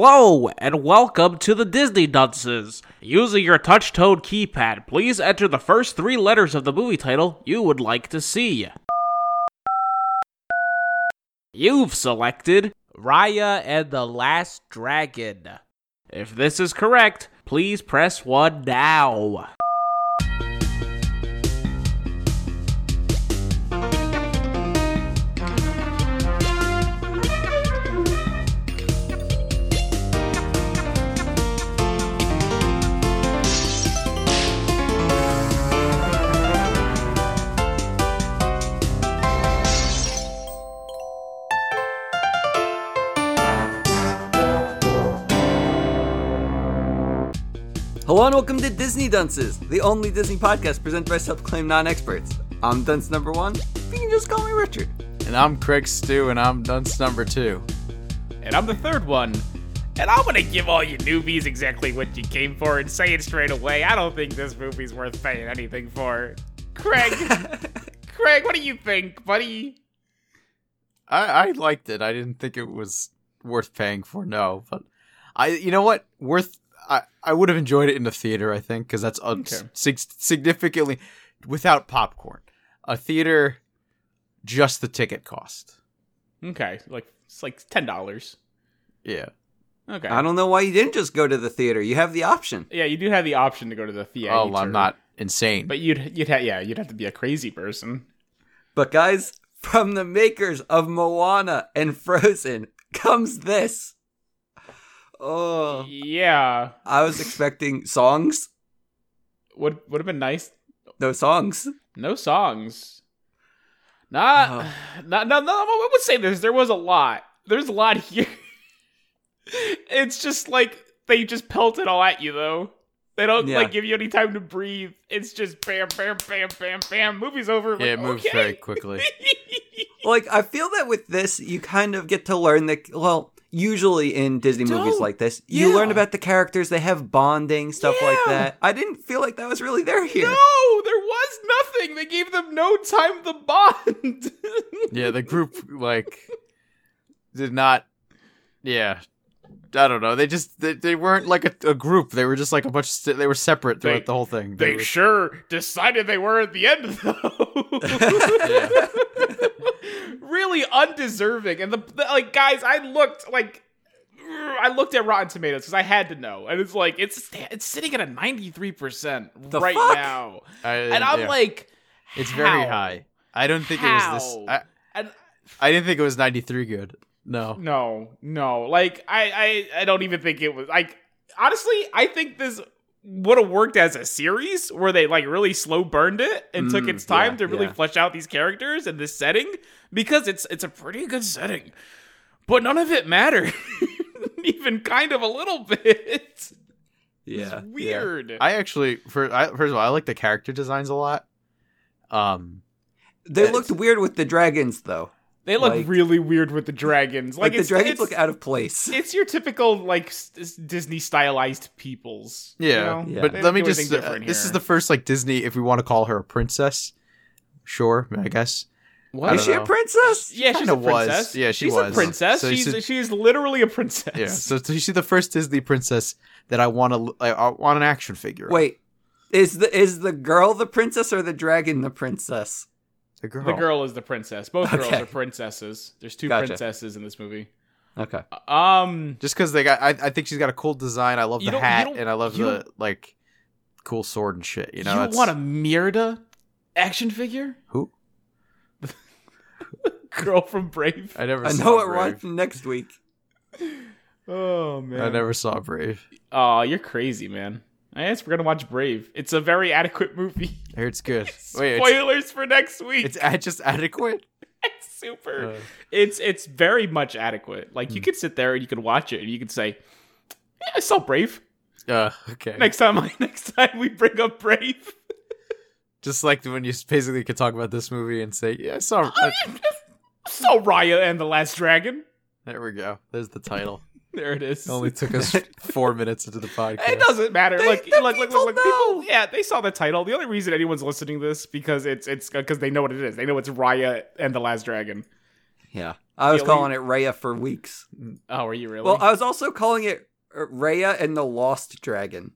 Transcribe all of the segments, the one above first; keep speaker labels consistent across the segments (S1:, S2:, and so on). S1: Hello, and welcome to the Disney Dunces. Using your touch tone keypad, please enter the first three letters of the movie title you would like to see. You've selected Raya and the Last Dragon. If this is correct, please press 1 now.
S2: Hello and welcome to Disney Dunces, the only Disney podcast presented by self-claimed non-experts. I'm Dunce number one. You can just call me Richard.
S3: And I'm Craig Stew, and I'm dunce number two.
S4: and I'm the third one. And I'm gonna give all you newbies exactly what you came for and say it straight away. I don't think this movie's worth paying anything for. Craig, Craig, what do you think, buddy?
S3: I, I liked it. I didn't think it was worth paying for. No, but I, you know what, worth. I, I would have enjoyed it in the theater. I think because that's un-
S4: Okay.
S3: sig- significantly without popcorn. A theater, just the ticket cost.
S4: Okay, like it's like ten dollars.
S3: Yeah,
S4: Okay.
S3: Uh,
S2: I don't know why you didn't just go to the theater. You have the option.
S4: yeah, you do have the option to go to the theater.
S3: oh, I'm not insane.
S4: But you'd you'd ha- yeah you'd have to be a crazy person.
S2: But guys, from the makers of Moana and Frozen comes this. Oh,
S4: Yeah,
S2: I was expecting songs.
S4: would would have been nice.
S2: No songs.
S4: No songs. Not,
S2: Oh.
S4: not, not, no, I would say this. There was a lot. There's a lot here. it's just like they just pelt it all at you, though. They don't
S2: Yeah.
S4: like give you any time to breathe. It's just bam, bam, bam, bam, bam. Movie's over.
S3: yeah, it
S4: Like,
S3: moves
S4: okay.
S3: very quickly.
S2: Like I feel that with this, you kind of get to learn that. Well, usually in Disney movies
S4: Don't.
S2: like this, you
S4: Yeah.
S2: learn about the characters. They have bonding stuff like
S4: Yeah.
S2: that. I didn't feel like that was really there here.
S4: no, there was nothing. They gave them no time to bond.
S3: yeah, the group like did not. Yeah, I don't know. They just they, they weren't like a, a group. They were just like a bunch. Of, se- they were separate throughout
S4: They-
S3: the whole thing.
S4: they
S3: were-
S4: sure decided they were at the end, though.
S3: yeah.
S4: really undeserving. And the, the like, guys, I looked like I looked at Rotten Tomatoes because I had to know, and it's like it's it's sitting at a ninety three percent
S2: The
S4: right
S2: fuck?
S4: now,
S3: I-
S4: and I'm
S3: yeah.
S4: like,
S3: it's very
S4: how?
S3: high. I don't think it was this. I,
S4: How? And
S3: I didn't think it was 93 good. No.
S4: no, no, like I I I don't even think it was like honestly, I think this would have worked as a series where they like really slow burned it and took
S2: Mm,
S4: its time
S2: yeah,
S4: to really
S2: yeah.
S4: flesh out these characters and this setting because it's it's a pretty good setting. But none of it mattered. even kind of a little bit.
S2: Yeah.
S4: it's weird.
S3: I actually for I, first of all, I like the character designs a lot. Um
S2: They
S3: It's-
S2: looked weird with the dragons, though.
S4: they look
S2: like-
S4: really weird with the dragons. Like,
S2: Like, the
S4: it's,
S2: dragons
S4: it's,
S2: look out of place.
S4: it's your typical like s- s- Disney stylized peoples. you
S3: yeah,
S4: know?
S2: Yeah.
S3: but
S4: They don't
S3: let me
S4: do anything
S3: just uh,
S4: different
S3: this is
S4: here.
S3: the first like Disney if we want to call her a princess. Sure,
S2: Hmm.
S3: I guess.
S4: What?
S3: I
S2: Is
S3: don't
S2: she
S3: know.
S2: a princess?
S4: Yeah, she's
S3: Kinda
S4: a
S3: was.
S4: princess.
S3: Yeah, she
S4: she's
S3: was.
S4: a princess.
S3: So you
S4: she's
S3: should-
S4: she's literally a princess.
S3: Yeah. So, so she's the first Disney princess that I want to I, I want an action figure. of.
S2: Wait, is the is the girl the princess or the dragon the princess?
S3: the girl.
S4: the girl is the princess. Both girls
S2: Okay.
S4: are princesses. There's two
S2: Gotcha.
S4: princesses in this movie.
S2: Okay.
S4: Um,
S3: Just cuz they got I, I think she's got a cool design. I love
S4: You
S3: the
S4: don't- you
S3: hat
S4: don't-
S3: and I love
S4: you
S3: the like cool sword and shit, you
S4: you,
S3: know. that's-
S4: want a Mirda action figure?
S3: Who?
S4: Girl from Brave.
S3: I never
S2: I
S3: saw
S2: know it
S3: Brave.
S2: runs from next week.
S4: Oh man.
S3: I never saw Brave.
S4: Oh, you're crazy, man. I guess we're gonna watch Brave. It's a very adequate movie.
S3: I heard it's good. Wait, it's,
S4: Spoilers for next week.
S3: it's ad- just adequate.
S4: It's super.
S3: Uh.
S4: it's it's very much adequate. Like
S2: Hmm.
S4: you could sit there and you could watch it and you could say, yeah, "I saw Brave."
S3: Uh, okay.
S4: Next time, next time we bring up Brave.
S3: Just like when you basically could talk about this movie and say, "Yeah, I saw." I-
S4: So Raya and the Last Dragon.
S3: there we go. There's the title.
S4: There it is.
S3: It only took us four minutes into the podcast.
S4: it doesn't matter.
S2: They-
S4: look,
S2: the
S4: look, look,
S2: people
S4: look, look,
S2: know.
S4: people. Yeah, they saw the title. The only reason anyone's listening to this because it's it's because they know what it is. They know it's Raya and the Last Dragon.
S2: Yeah. I was
S4: Yeah, we-
S2: calling it Raya for weeks.
S4: Oh, are you really?
S2: Well, I was also calling it uh, Raya and the Lost Dragon.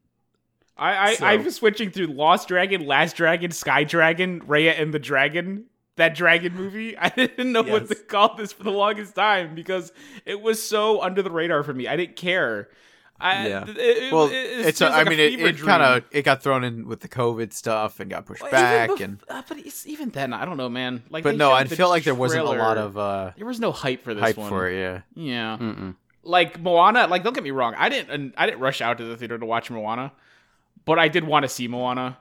S4: I, I
S2: So-
S4: I'm switching through Lost Dragon, Last Dragon, Sky Dragon, Raya and the Dragon. That dragon movie, I didn't know what
S2: Yes.
S4: to call this for the longest time because it was so under the radar for me. I didn't care. I,
S2: Yeah.
S4: It, it,
S3: Well,
S4: it- it
S3: it's.
S4: feels
S3: I
S4: like a
S3: mean, it,
S4: fever
S3: it
S4: dream.
S3: kind of it got thrown in with the COVID stuff and got pushed
S4: Well, even
S3: back,
S4: bef-
S3: and
S4: uh, but it's, even then, I don't know, man. Like,
S3: but
S4: they
S3: no,
S4: showed
S3: I
S4: the
S3: felt like there wasn't a lot
S4: trailer.
S3: of uh,
S4: There was no hype for this
S3: hype
S4: one.
S3: for it. Yeah,
S4: Yeah.
S2: Mm-mm.
S4: like Moana. Like, don't get me wrong. I didn't. and I didn't rush out to the theater to watch Moana, but I did want to see Moana.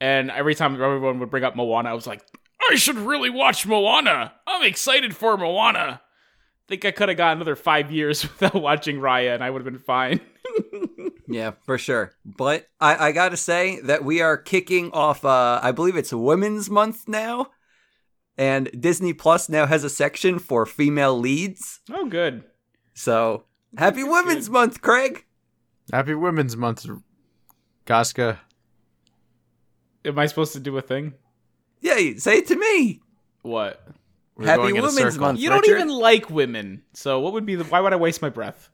S4: And every time everyone would bring up Moana, I was like, I should really watch Moana. I'm excited for Moana. Think I could have got another five years without watching Raya, and I would have been fine.
S2: Yeah, for sure. But I, I gotta say that we are kicking off. Uh, I believe it's Women's Month now, and Disney Plus now has a section for female leads.
S4: oh, good.
S2: So happy Women's Month, Craig.
S3: Happy Women's Month, Casca.
S4: Am I supposed to do a thing?
S2: Yeah, you- say it to me.
S4: What?
S3: We're
S2: Happy
S3: going in a
S2: Women's
S3: circle.
S2: Month.
S4: You don't
S2: Richard?
S4: even like women, so what would be the? Why would I waste my breath?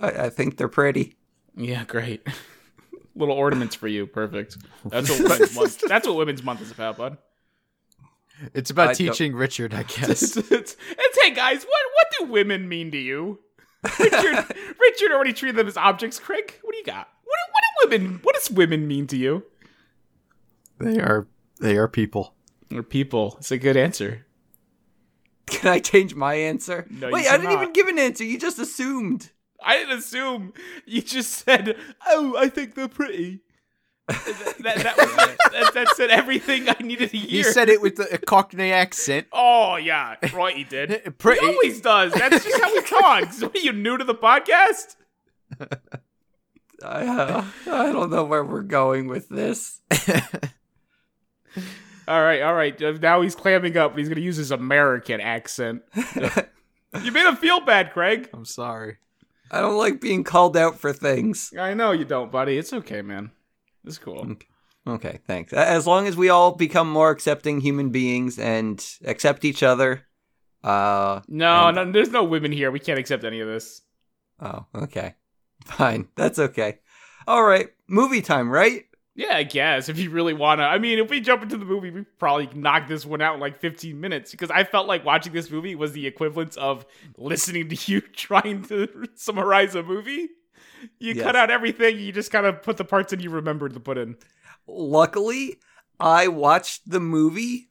S2: I, I think they're pretty.
S4: Yeah, great. Little ornaments for you, perfect. That's what women's month. That's what women's month is about, bud.
S3: It's about
S2: I don't-
S3: teaching Richard, I guess.
S4: it's, it's, it's hey guys, what what do women mean to you? Richard Richard already treated them as objects. Craig, what do you got? What do- what do women what does women mean to you?
S3: they are they are people.
S4: Or people. It's a good answer.
S2: Can I change my answer?
S4: No, you
S2: Wait, I didn't
S4: cannot.
S2: even give an answer. You just assumed.
S4: I didn't assume you just said, "Oh, I think they're pretty." that, that, that, was, that, that said everything I needed to
S3: He
S4: hear.
S3: said it with a Cockney accent.
S4: "Oh yeah, right, he did."
S3: Pretty.
S4: He always does. That's just how he talks. What, Are you new to the podcast?
S2: I, uh, I don't know where we're going with this.
S4: All right, all right. Uh, Now he's clamming up. He's going to use his American accent. you made him feel bad, Craig.
S3: I'm sorry.
S2: I don't like being called out for things.
S4: I know you don't, buddy. It's okay, man. It's cool.
S2: Okay, thanks. A- As long as we all become more accepting human beings and accept each other. Uh
S4: No, no, there's no women here. We can't accept any of this.
S2: oh, okay. Fine. That's okay. All right. Movie time, right?
S4: Yeah, I guess if you really wanna. I mean, if we jump into the movie, we probably knock this one out in like 15 minutes because I felt like watching this movie was the equivalent of listening to you trying to summarize a movie. You
S2: Yes.
S4: cut out everything. You just kind of put the parts in you remembered to put in.
S2: Luckily, I watched the movie.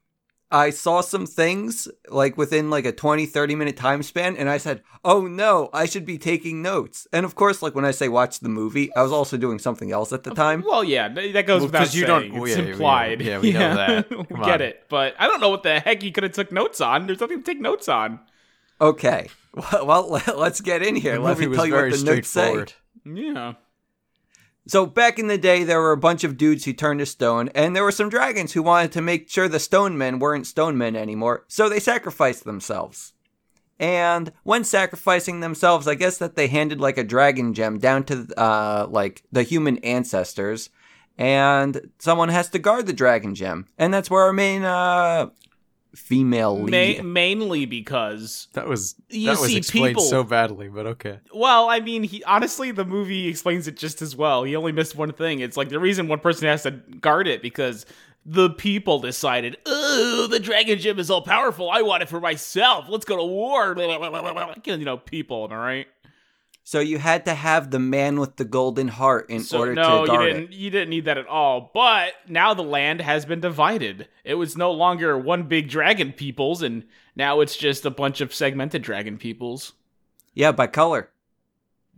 S2: I saw some things like within like a 20 30 minute time span and I said, "Oh no, I should be taking notes." And of course, like when I say watch the movie, I was also doing something else at the time.
S4: Well, yeah, th- that goes
S3: Well,
S4: without
S3: 'cause you
S4: saying.
S3: don't-
S4: it's
S3: yeah, yeah,
S4: implied.
S3: yeah, we know that.
S4: we
S3: Come
S4: get
S3: on.
S4: it, but I don't know what the heck you could have took notes on. There's nothing to take notes on.
S2: Okay. Well, let's get in here.
S3: The
S2: Let
S3: movie
S2: me
S3: was
S2: tell you
S3: very
S2: what the notes say.
S3: straightforward.
S4: Yeah,
S2: So back in the day, there were a bunch of dudes who turned to stone, and there were some dragons who wanted to make sure the stone men weren't stone men anymore, so they sacrificed themselves. And when sacrificing themselves, I guess that they handed like a dragon gem down to uh, like the human ancestors, and someone has to guard the dragon gem, and that's where our main uh, female lead.
S4: Ma- mainly because
S3: That was
S4: You
S3: that was
S4: see
S3: explained
S4: people-
S3: so badly, but okay.
S4: Well, I mean, he honestly, the movie explains it just as well. He only missed one thing. It's like the reason one person has to guard it because the people decided, "Oh, the dragon gem is all powerful. I want it for myself. Let's go to war." You know, people. Am I right?
S2: So you had to have the man with the golden heart in
S4: So
S2: order
S4: no,
S2: to guard
S4: you
S2: it.
S4: didn't. You didn't need that at all. But now the land has been divided. It was no longer one big dragon peoples, and now it's just a bunch of segmented dragon peoples.
S2: Yeah, by color.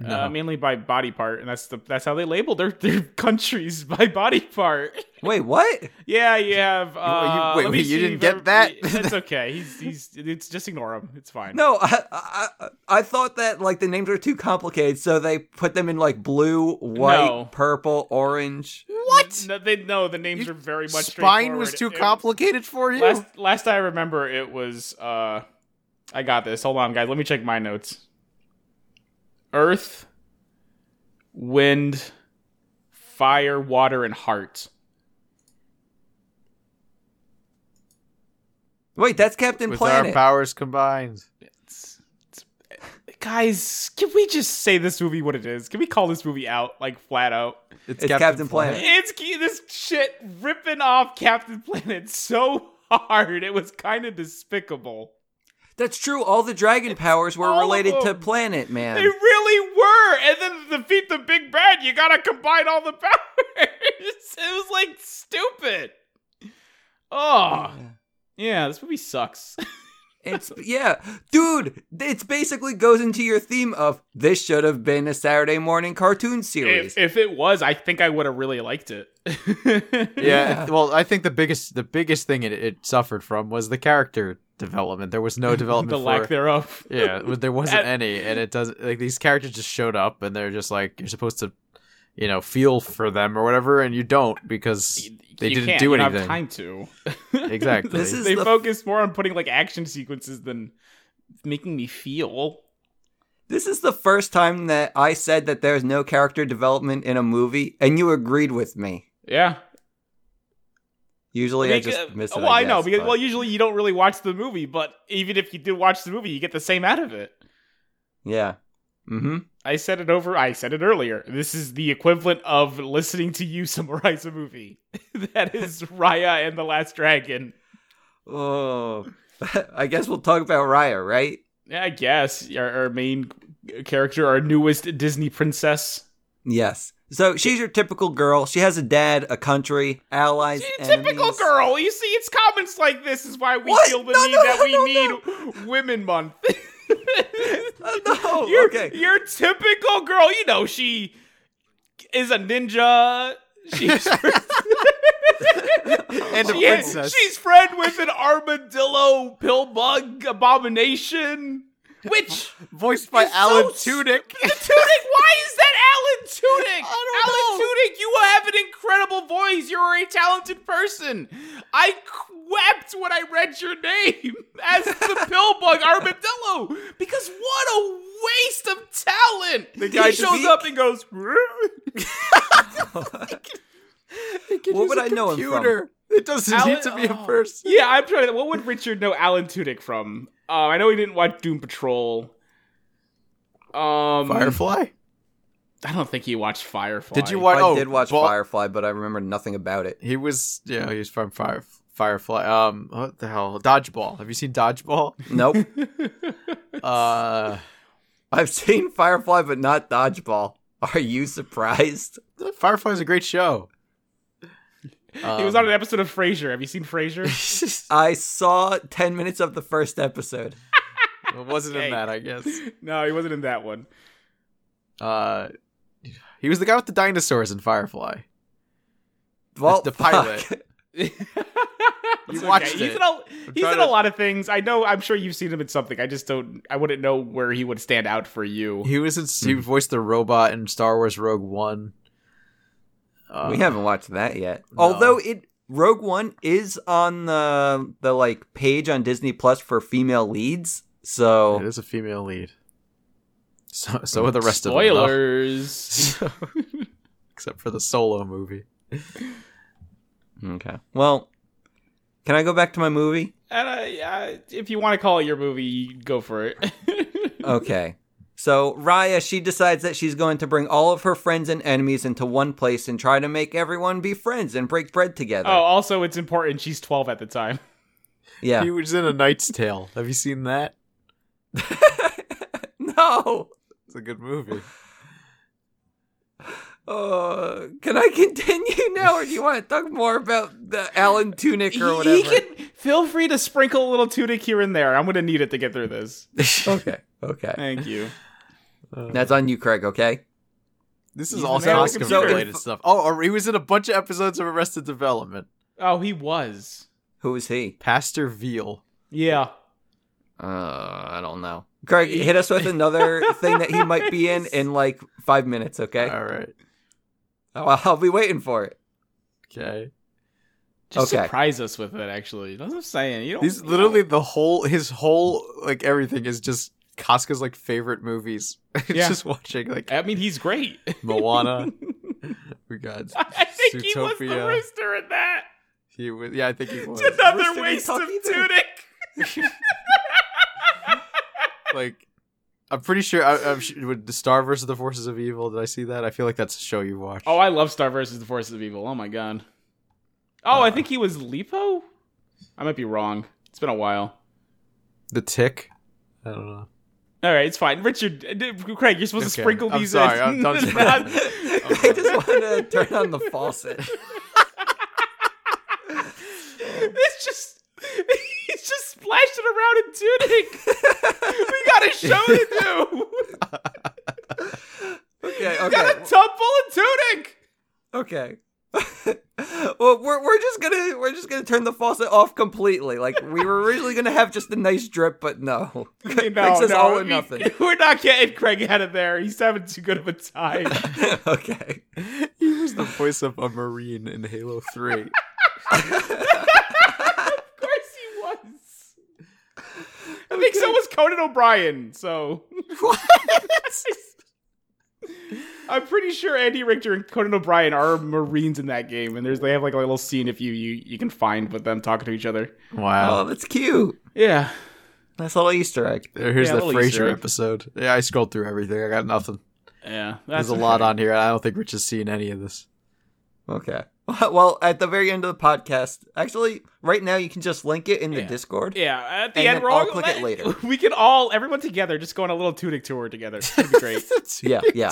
S4: Uh, mainly by body part, and that's the that's how they label their their countries by body part.
S2: Wait, what?
S4: Yeah, you have. Uh,
S3: you- wait,
S4: let me
S3: wait, you
S4: see
S3: didn't
S4: if
S3: get
S4: every-
S3: that?
S4: That's okay. He's he's. It's just ignore him. It's fine.
S2: No, I, I I- I thought that like the names were too complicated, so they put them in like blue, white,
S4: No.
S2: purple, orange.
S3: what?
S4: No, they no. The names are very much.
S3: Spine was too
S4: straightforward.
S3: complicated for
S4: It-
S3: you.
S4: last last I remember, it was. uh I got this. Hold on, guys. Let me check my notes. Earth, wind, fire, water, and heart.
S2: Wait, that's Captain
S3: with our
S2: Planet.
S3: powers combined.
S4: It's- it's- guys, can we just say this movie what it is? Can we call this movie out like flat out?
S2: It's Captain Planet.
S4: It's ke- this shit ripping off Captain Planet so hard. It was kind of despicable.
S2: that's true. All the dragon powers were
S4: all of
S2: related to
S4: them.
S2: Planet Man.
S4: They really were. And then to defeat the big bad, you gotta combine all the powers. it was like stupid. Oh. Yeah, this movie sucks.
S2: It's yeah, dude. It basically goes into your theme of this should have been a Saturday morning cartoon series.
S4: if, if it was, I think I would have really liked it.
S3: Yeah,
S2: Yeah.
S3: it- well, I think the biggest the biggest thing it, it suffered from was the character development. There was no development.
S4: the
S3: for,
S4: lack thereof.
S3: Yeah, w- there wasn't
S4: At-
S3: any, and it doesn't like these characters just showed up, and they're just like you're supposed to, you know, feel for them or whatever, and you don't because they
S4: You
S3: didn't
S4: can't,
S3: do
S4: you don't
S3: anything.
S4: have time to.
S3: Exactly.
S2: This is
S4: they
S2: the-
S4: focus more on putting like action sequences than making me feel.
S2: This is the first time that I said that there's no character development in a movie, and you agreed with me.
S4: Yeah.
S2: Usually, I
S4: Because-
S2: just miss it.
S4: well, I, know
S2: guess,
S4: because
S2: but-
S4: well, usually you don't really watch the movie, but even if you do watch the movie, you get the same out of it.
S2: yeah. Mm-hmm.
S4: I said it over. I said it earlier. This is the equivalent of listening to you summarize a movie. that is Raya and the Last Dragon.
S2: Oh, I guess we'll talk about Raya, right?
S4: Yeah, I guess our, our main character, our newest Disney princess.
S2: Yes. So she's your typical girl. She has a dad, a country, allies,
S4: She's a
S2: enemies.
S4: typical girl. You see, it's comments like this is why we
S2: What?
S4: feel the
S2: No,
S4: need
S2: no,
S4: that
S2: no,
S4: we need Women Month.
S2: Uh, no,
S4: your,
S2: okay.
S4: your typical girl, you know, she is a ninja. She's,
S3: and a
S4: she-
S3: princess.
S4: she's friend with an armadillo pill bug abomination. Which
S3: voiced by
S4: It's
S3: Alan
S4: so
S3: Tudyk.
S4: Tudyk, why is that Alan Tudyk?
S3: I don't
S4: Alan
S3: know.
S4: Tudyk, you have an incredible voice. You're a talented person. I wept when I read your name as the pillbug armadillo because what a waste of talent. The
S2: guy
S4: he shows
S2: speak?
S4: up and goes,
S2: What would I know him from?
S3: It doesn't
S4: Alan-
S3: need to be
S4: oh.
S3: a person.
S4: Yeah, I'm trying to. What would Richard know Alan Tudyk from? Uh, I know he didn't watch Doom Patrol. Um,
S3: Firefly.
S4: I don't think he watched Firefly.
S3: Did you watch?
S2: I
S3: oh,
S2: did watch
S3: Bal-
S2: Firefly, but I remember nothing about it.
S3: He was, yeah, he was from Fire, Firefly. Um, what the hell? Dodgeball. Have you seen Dodgeball?
S2: Nope.
S3: Uh,
S2: I've seen Firefly, but not Dodgeball. Are you surprised?
S3: Firefly is a great show. Um,
S4: He was on an episode of Frasier. Have you seen Frasier?
S2: I saw 10 minutes of the first episode.
S3: It wasn't
S4: Okay.
S3: in that, I guess.
S4: no, he wasn't in that one.
S3: Uh, he was the guy with the dinosaurs in Firefly.
S2: Well,
S3: the pilot.
S2: fuck.
S4: It's
S3: watched
S4: He's
S3: it.
S4: in, a, he's
S3: trying
S4: in a
S3: to-
S4: lot of things. I know. I'm sure you've seen him in something. I just don't. I wouldn't know where he would stand out for you.
S3: He was in,
S4: Hmm.
S3: he voiced the robot in Star Wars Rogue One. Uh,
S2: We haven't watched that yet. Although it Rogue One is on the the like page on Disney Plus for female leads.
S3: It
S2: So
S3: is a female lead. So so are the rest of them. though.
S4: Spoilers.
S3: So- except for the solo movie.
S2: okay. Well, can I go back to my movie?
S4: and I, I, if you want to call it your movie, go for it.
S2: Okay. So Raya, she decides that she's going to bring all of her friends and enemies into one place and try to make everyone be friends and break bread together.
S4: oh, also, it's important. She's 12 at the time.
S2: yeah.
S3: He was in A Knight's Tale. Have you seen that?
S2: no.
S3: It's a good movie.
S2: Uh, can I continue now, or do you want to talk more about the Alan Tunic or whatever?
S4: can feel free to sprinkle a little tunic here and there. I'm going to need it to get through this.
S2: Okay. Okay.
S4: Thank you.
S3: Uh,
S2: That's on you, Craig. Okay.
S3: This
S4: He's
S3: is
S4: an
S3: also
S4: American
S3: Oscar
S2: computer.
S3: related stuff. Oh, or he was in a bunch of episodes of Arrested Development.
S4: Oh, he was.
S2: Who is he?
S3: Pastor Veal.
S4: Yeah.
S2: Uh, I don't know. Craig, hit us with another thing that he might be in in like five minutes, okay?
S3: All right.
S2: Oh, I'll be waiting for it.
S3: Okay.
S4: Just
S2: Okay.
S4: surprise us with it, actually. That's what I'm saying. You don't,
S3: These
S4: you
S3: literally
S4: don't-
S3: the whole his whole like everything is just Casca's like favorite movies. It's
S4: Yeah.
S3: just watching like
S4: I mean, he's great.
S3: Moana. we got
S4: I think he was the
S3: Zootopia.
S4: rooster in that.
S3: He was, yeah, I think he was.
S2: Rooster
S4: Another
S2: didn't
S4: waste
S2: talk
S4: of
S2: either.
S4: tunic.
S3: like, I'm pretty sure. I, I'm sure, with the Star versus the Forces of Evil. Did I see that? I feel like that's a show you watched.
S4: Oh, I love Star versus the Forces of Evil. Oh my god. Oh, I think he was Lipo. I might be wrong. It's been a while.
S3: the Tick. I don't know.
S4: All right, it's fine. Richard, uh, d- Craig, you're supposed
S3: Okay,
S4: to sprinkle
S3: I'm
S4: these.
S3: sorry,
S4: in.
S3: I'm done
S4: Not-
S2: I just want to turn on the faucet.
S4: it's just. He's just splashing around in tunic. we got a show to do.
S2: Okay,
S4: We got
S2: okay,
S4: a tub full of tunic.
S2: okay. well, we're we're just gonna we're just gonna turn the faucet off completely. Like we were originally gonna have just a nice drip, but no. Makes us all
S4: I
S2: or
S4: mean,
S2: nothing.
S4: We're not getting Craig out of there. He's having too good of a time.
S2: okay.
S3: He was the voice of a Marine in Halo Three.
S4: Of course he was. I think so was Conan O'Brien. So what? I'm pretty sure Andy Richter and Conan O'Brien are Marines in that game, and there's they have like a little scene if you you, you can find with them talking to each other.
S3: Wow.
S2: Oh, that's cute.
S4: Yeah,
S2: Nice little Easter egg.
S3: There- Here's
S4: yeah,
S3: the
S4: a little Easter
S3: Frasier
S4: egg.
S3: episode. Yeah, I scrolled through everything. I got nothing.
S4: yeah.
S3: There's a lot on here. and I don't think Rich has seen any of this.
S2: Okay. Well, at the very end of the podcast, actually, right now you can just link it in the
S4: Yeah.
S2: Discord.
S4: Yeah, at the
S2: And
S4: end,
S2: then
S4: we're
S2: I'll
S4: all
S2: click it later.
S4: We can all, everyone together, just go on a little tunic tour together. It'd be great.
S2: Yeah, yeah.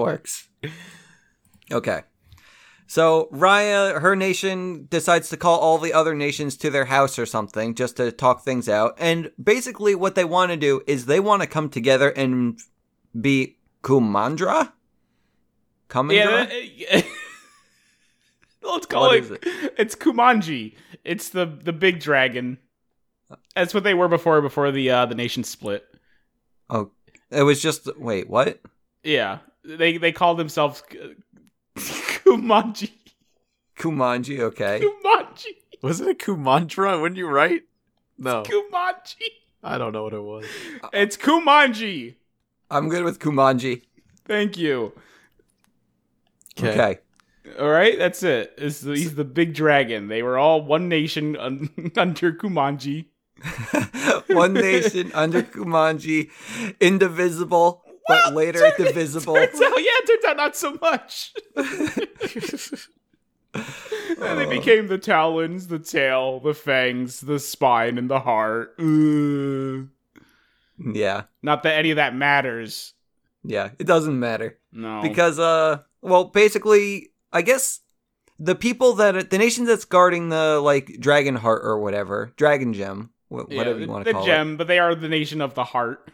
S2: works. Okay. So Raya, her nation decides to call all the other nations to their house or something just to talk things out. And basically, what they want to do is they want to come together and be Kumandra. Kumandra.
S4: Yeah. that- Let's call
S2: What
S4: it,
S2: is it?
S4: It's Kumanji. It's the the big dragon. That's what they were before before the uh, the nation split.
S2: Oh, it was just wait, what?
S4: Yeah. They they called themselves K- Kumanji.
S2: Kumanji. Okay.
S4: Kumanji.
S3: Wasn't it Kumantra? Wouldn't you write? No,
S4: Kumanji.
S3: I don't know what it was.
S4: It's Kumanji.
S2: I'm good with Kumanji.
S4: Thank you.
S2: Okay.
S4: All right, that's it. It's the, he's the big dragon. They were all one nation un- under Kumanji.
S2: One nation under Kumanji, indivisible, but later divisible.
S4: Turns out, yeah, turns out not so much. And they became the talons, the tail, the fangs, the spine, and the heart. Ugh.
S2: Yeah.
S4: Not that any of that matters.
S2: Yeah. It doesn't matter.
S4: No.
S2: because uh well basically i guess the people that the nation that's guarding the like dragon heart or whatever dragon gem wh-
S4: Yeah,
S2: whatever
S4: the,
S2: you want
S4: the
S2: to call it
S4: gem, but they are the nation of the heart.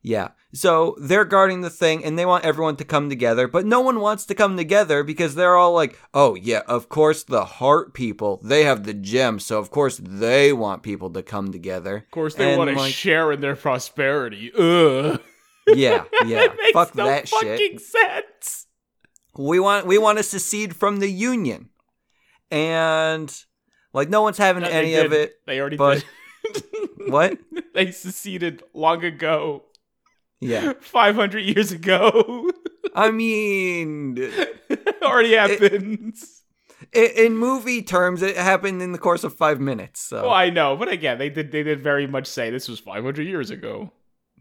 S2: yeah so they're guarding the thing and they want everyone to come together but no one wants to come together because they're all like oh yeah of course the heart people they have the gem so of course they want people to come together
S4: Of course, they
S2: And,
S4: want to
S2: like-
S4: share in their prosperity. Ugh.
S2: yeah yeah
S4: it makes
S2: fuck
S4: no
S2: that
S4: fucking
S2: shit
S4: sense.
S2: we want we want to secede from the union and like no one's having
S4: No, they
S2: any of
S4: did.
S2: it
S4: They already
S2: but-
S4: did.
S2: what
S4: they seceded long ago.
S2: yeah
S4: 500 years ago.
S2: i mean i
S4: already happens.
S2: in movie terms it happened in the course of five minutes
S3: Oh.
S2: so
S4: Well, I know, but again, they did they did very much say this was 500 years ago.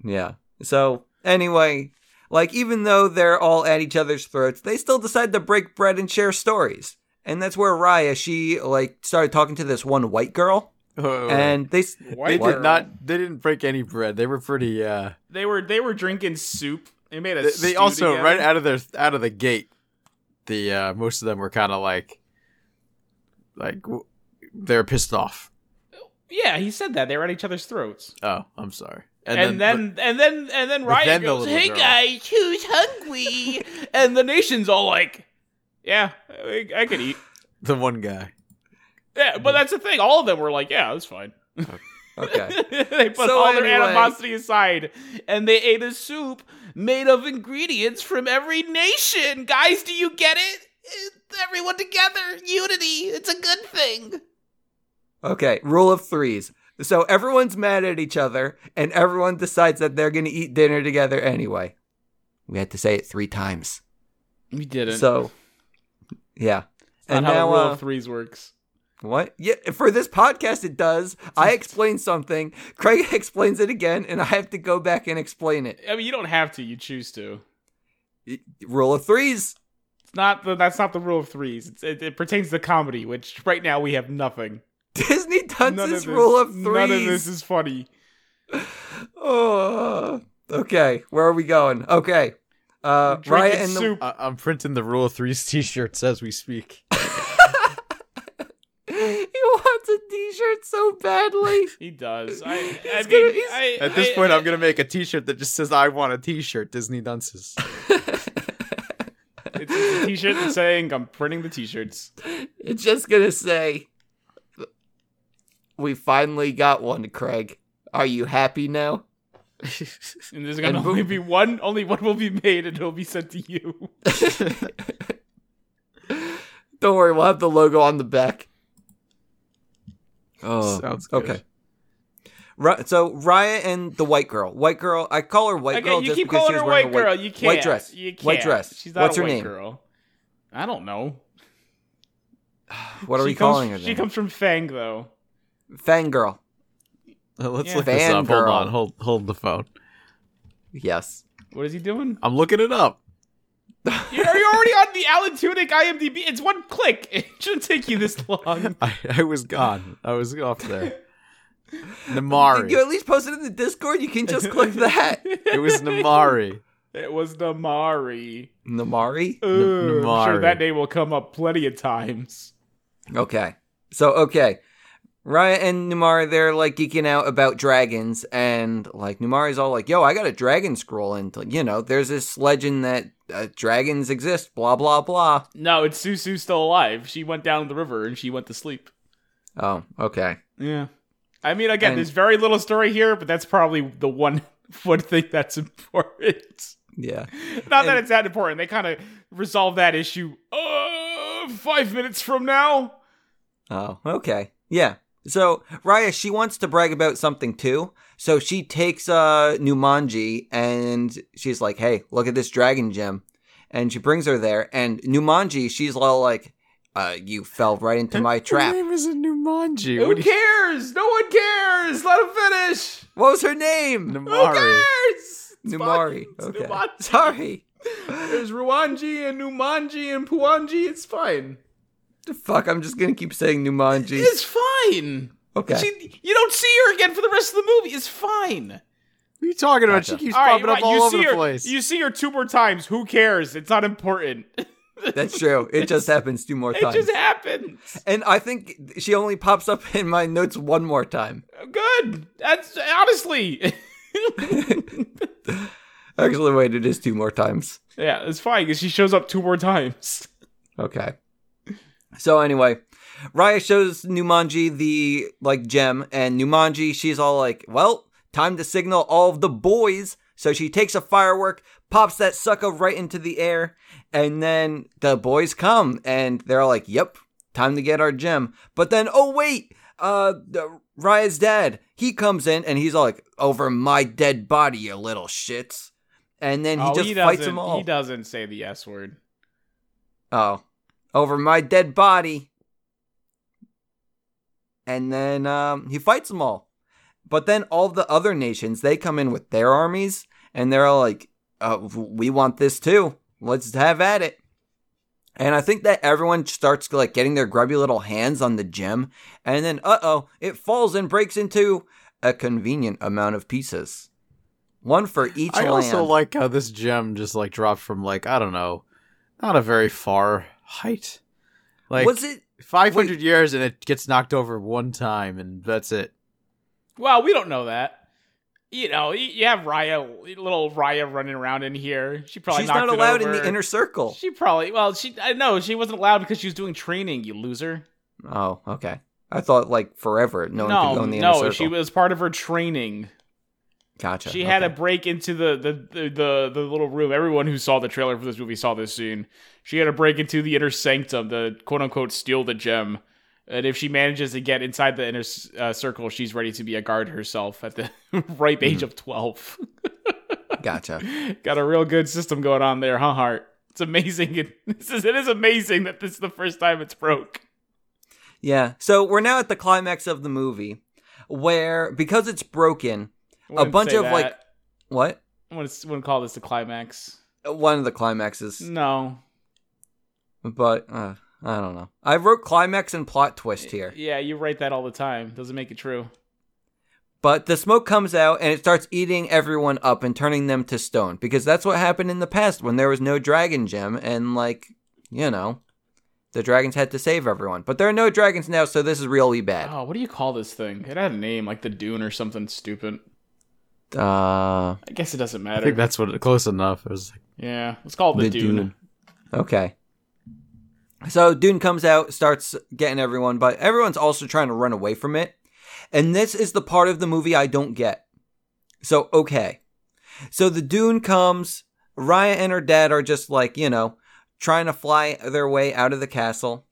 S2: yeah so anyway like even though they're all at each other's throats they still decide to break bread and share stories and that's where raya she like started talking to this one white girl
S3: Oh,
S2: and they s-
S3: they
S4: White
S3: did not. They didn't break any bread. They were pretty. Uh,
S4: They were they were drinking soup. They made a.
S3: they,
S4: stew
S3: they also
S4: together.
S3: right out of their out of the gate. The uh, most of them were kind of like, like w- they're pissed off.
S4: Yeah, he said that they were at each other's throats.
S3: Oh, I'm sorry.
S4: And, then, and then and then
S3: but
S4: Ryan
S3: then the
S4: goes,
S3: little
S4: "Hey
S3: girl-
S4: guys, who's hungry?" and the nation's all like, "Yeah, I, I could eat."
S3: the one guy.
S4: Yeah,
S3: Mm-hmm.
S4: but that's the thing. All of them were like, "Yeah, that's fine."
S2: okay
S4: they put
S2: So
S4: all their
S2: anyway-
S4: animosity aside and they ate a soup made of ingredients from every nation. Guys, do you get it? It's everyone together, unity. It's a good thing.
S2: Okay, rule of threes. So everyone's mad at each other, and everyone decides that they're going to eat dinner together anyway. We had to say it three times.
S4: We did
S2: So, yeah.
S4: and
S2: And
S4: how the
S2: now,
S4: rule
S2: uh,
S4: of threes works.
S2: What? Yeah, for this podcast, it does. I explain something, Craig explains it again, and I have to go back and explain it.
S4: I mean, you don't have to. You choose to.
S2: Rule of threes.
S4: It's not the. That's not the rule of threes. It's, it, it pertains to comedy, which right now we have nothing.
S2: Disney
S4: None of
S2: Dunces
S4: this-
S2: rule of threes.
S4: None of this is funny.
S2: Oh, okay, where are we going? Okay. Uh, Raya
S4: Drinking
S2: and the
S4: soup.
S3: I- I'm printing the Rule of Threes T-shirts as we speak.
S2: he wants a T-shirt so badly.
S4: He does. I, I
S2: He's
S4: mean,
S2: gonna- he's-
S4: I-
S3: At this
S4: I-
S3: point, I'm gonna make a T-shirt that just says "I want a T-shirt." Disney Dunces.
S4: It's, it's a t-shirt that's saying I'm printing the t-shirts.
S2: It's just gonna say, "We finally got one, Craig. Are you happy now?"
S4: And there's gonna
S2: And
S4: only
S2: boom.
S4: be one. Only one will be made, and it'll be sent to you.
S2: Don't worry, we'll have the logo on the back. Oh,
S3: Sounds good.
S2: okay. Ri- so Raya and the white girl. White girl. I call her white
S4: okay,
S2: girl.
S4: you
S2: just
S4: keep
S2: because
S4: calling
S2: she
S4: her
S2: was wearing
S4: white
S2: a
S4: girl. You can't.
S2: White dress.
S4: You can't.
S2: White dress.
S4: She's not
S2: What's
S4: a
S2: her
S4: white
S2: name?
S4: girl. I don't know.
S2: What are
S4: she
S2: we
S4: comes,
S2: calling her?
S4: She
S2: then?
S4: comes from Fang though.
S2: Fangirl.
S3: Uh, Let's
S4: Yeah.
S3: look this up. Hold
S2: Fangirl.
S3: on. Hold hold the phone.
S2: Yes.
S4: What is he doing?
S3: I'm looking it up.
S4: You're you're already on the Alan Tudyk IMDb. It's one click. It shouldn't take you this long.
S3: I, I was gone. I was off there.
S2: You at
S3: Namari.
S2: least post it in the Discord. You can just click that.
S3: It was Namari.
S4: It was Namari.
S2: Namari.
S4: Ugh, I'm sure
S3: Namari.
S4: that name will come up plenty of times.
S2: Okay. So okay. Raya and Numara, they're like geeking out about dragons, and like Numari's all like, "Yo, I got a dragon scroll," and you know, there's this legend that uh, dragons exist. Blah blah blah.
S4: No, it's Susu still alive. She went down the river and she went to sleep.
S2: Oh, okay.
S4: Yeah. I mean, again,
S2: And-
S4: there's very little story here, but that's probably the one one thing that's important.
S2: Yeah.
S4: Not that
S2: And-
S4: it's that important. They kind of resolve that issue uh, five minutes from now.
S2: Oh, okay. Yeah. So Raya, she wants to brag about something too. So she takes uh Numanji and she's like, Hey, look at this dragon gem. And she brings her there and Numanji, she's all like, uh, you fell right into my
S3: Her
S2: trap.
S3: name is a Numanji.
S4: Who
S3: What do you-
S4: cares? No one cares. Let him finish.
S2: What was her name?
S4: Who
S3: Namari.
S4: cares? It's
S2: Numari.
S4: fine. It's
S2: Okay.
S4: Numanji.
S2: Sorry.
S4: There's Rwanji and Numanji and Puanji. It's fine.
S2: Fuck, I'm just gonna keep saying Numanji.
S4: It's fine.
S2: Okay.
S4: She, you don't see her again for the rest of the movie. It's fine.
S3: What are you talking about?
S2: Gotcha.
S3: She keeps
S4: All right,
S3: popping up
S4: right,
S3: all
S4: you
S3: over
S4: see
S3: the
S4: her,
S3: place.
S4: You see her two more times. Who cares? It's not important. it
S2: That's true. It just happens two more times.
S4: just happens.
S2: and I think she only pops up in my notes one more time.
S4: Good. That's honestly.
S2: Actually, wait, it is two more times.
S4: yeah, it's fine because she shows up two more times.
S2: Okay. So anyway, Raya shows Numanji the like gem, and Numanji she's all like, "Well, time to signal all of the boys." So she takes a firework, pops that sucker right into the air, and then the boys come, and they're like, "Yep, time to get our gem." But then, oh wait, uh, the- Raya's dad he comes in, and he's all like, "Over my dead body, you little shits," and then he
S4: oh,
S2: just
S4: he
S2: fights
S4: doesn't.
S2: them all.
S4: He doesn't say the S word.
S2: Oh. Over my dead body. And then um, he fights them all. But then all the other nations, they come in with their armies and they're all like, uh, we want this too. Let's have at it. And I think that everyone starts like getting their grubby little hands on the gem. And then, uh oh, it falls and breaks into a convenient amount of pieces. One for each
S3: I
S2: land.
S3: also like how this gem just like dropped from like I don't know, not a very far height. Like
S2: Was it?
S3: five hundred years and it gets knocked over one time and that's it.
S4: Well, we don't know that. You know, y- you have Raya, little Raya running around in here. She probably
S2: She's
S4: knocked
S2: not
S4: it
S2: allowed in
S4: over.
S2: the inner circle.
S4: She probably well, she I know she wasn't allowed because she was doing training. You loser.
S2: Oh, okay. I thought like forever. No, one could go in the
S4: no,
S2: inner circle.
S4: she was part of her training.
S2: gotcha.
S4: She had to
S2: okay.
S4: break into the the, the the the little room. Everyone who saw the trailer for this movie saw this scene. She had to break into the inner sanctum, the quote unquote steal the gem. And if she manages to get inside the inner uh, circle, she's ready to be a guard herself at the ripe
S2: Mm.
S4: age of twelve.
S2: gotcha.
S4: Got a real good system going on there, huh, Hart? It's amazing. It, this is, it is amazing that this is the first time it's broke.
S2: Yeah. So we're now at the climax of the movie where because it's broken, a
S4: Wouldn't
S2: bunch
S4: say
S2: of like
S4: that.
S2: what?
S4: I wouldn't, wouldn't call this the climax.
S2: One of the climaxes,
S4: No.
S2: but uh, I don't know. I wrote climax and plot twist here.
S4: Yeah, you write that all the time. Doesn't make it true.
S2: But the smoke comes out and it starts eating everyone up and turning them to stone because that's what happened in the past when there was no dragon gem and like, you know, the dragons had to save everyone. But there are no dragons now, so this is really bad.
S4: Oh, what do you call this thing? It had a name, like the Dune or something stupid.
S2: Uh
S4: I guess it doesn't
S3: I
S4: matter.
S3: think that's what close enough. It was like,
S4: yeah, let's call it the, Dune.
S2: Okay. So Dune comes out, starts getting everyone, but everyone's also trying to run away from it. And this is the part of the movie I don't get. So, okay. So the Dune comes, Raya and her dad are just like, you know, trying to fly their way out of the castle.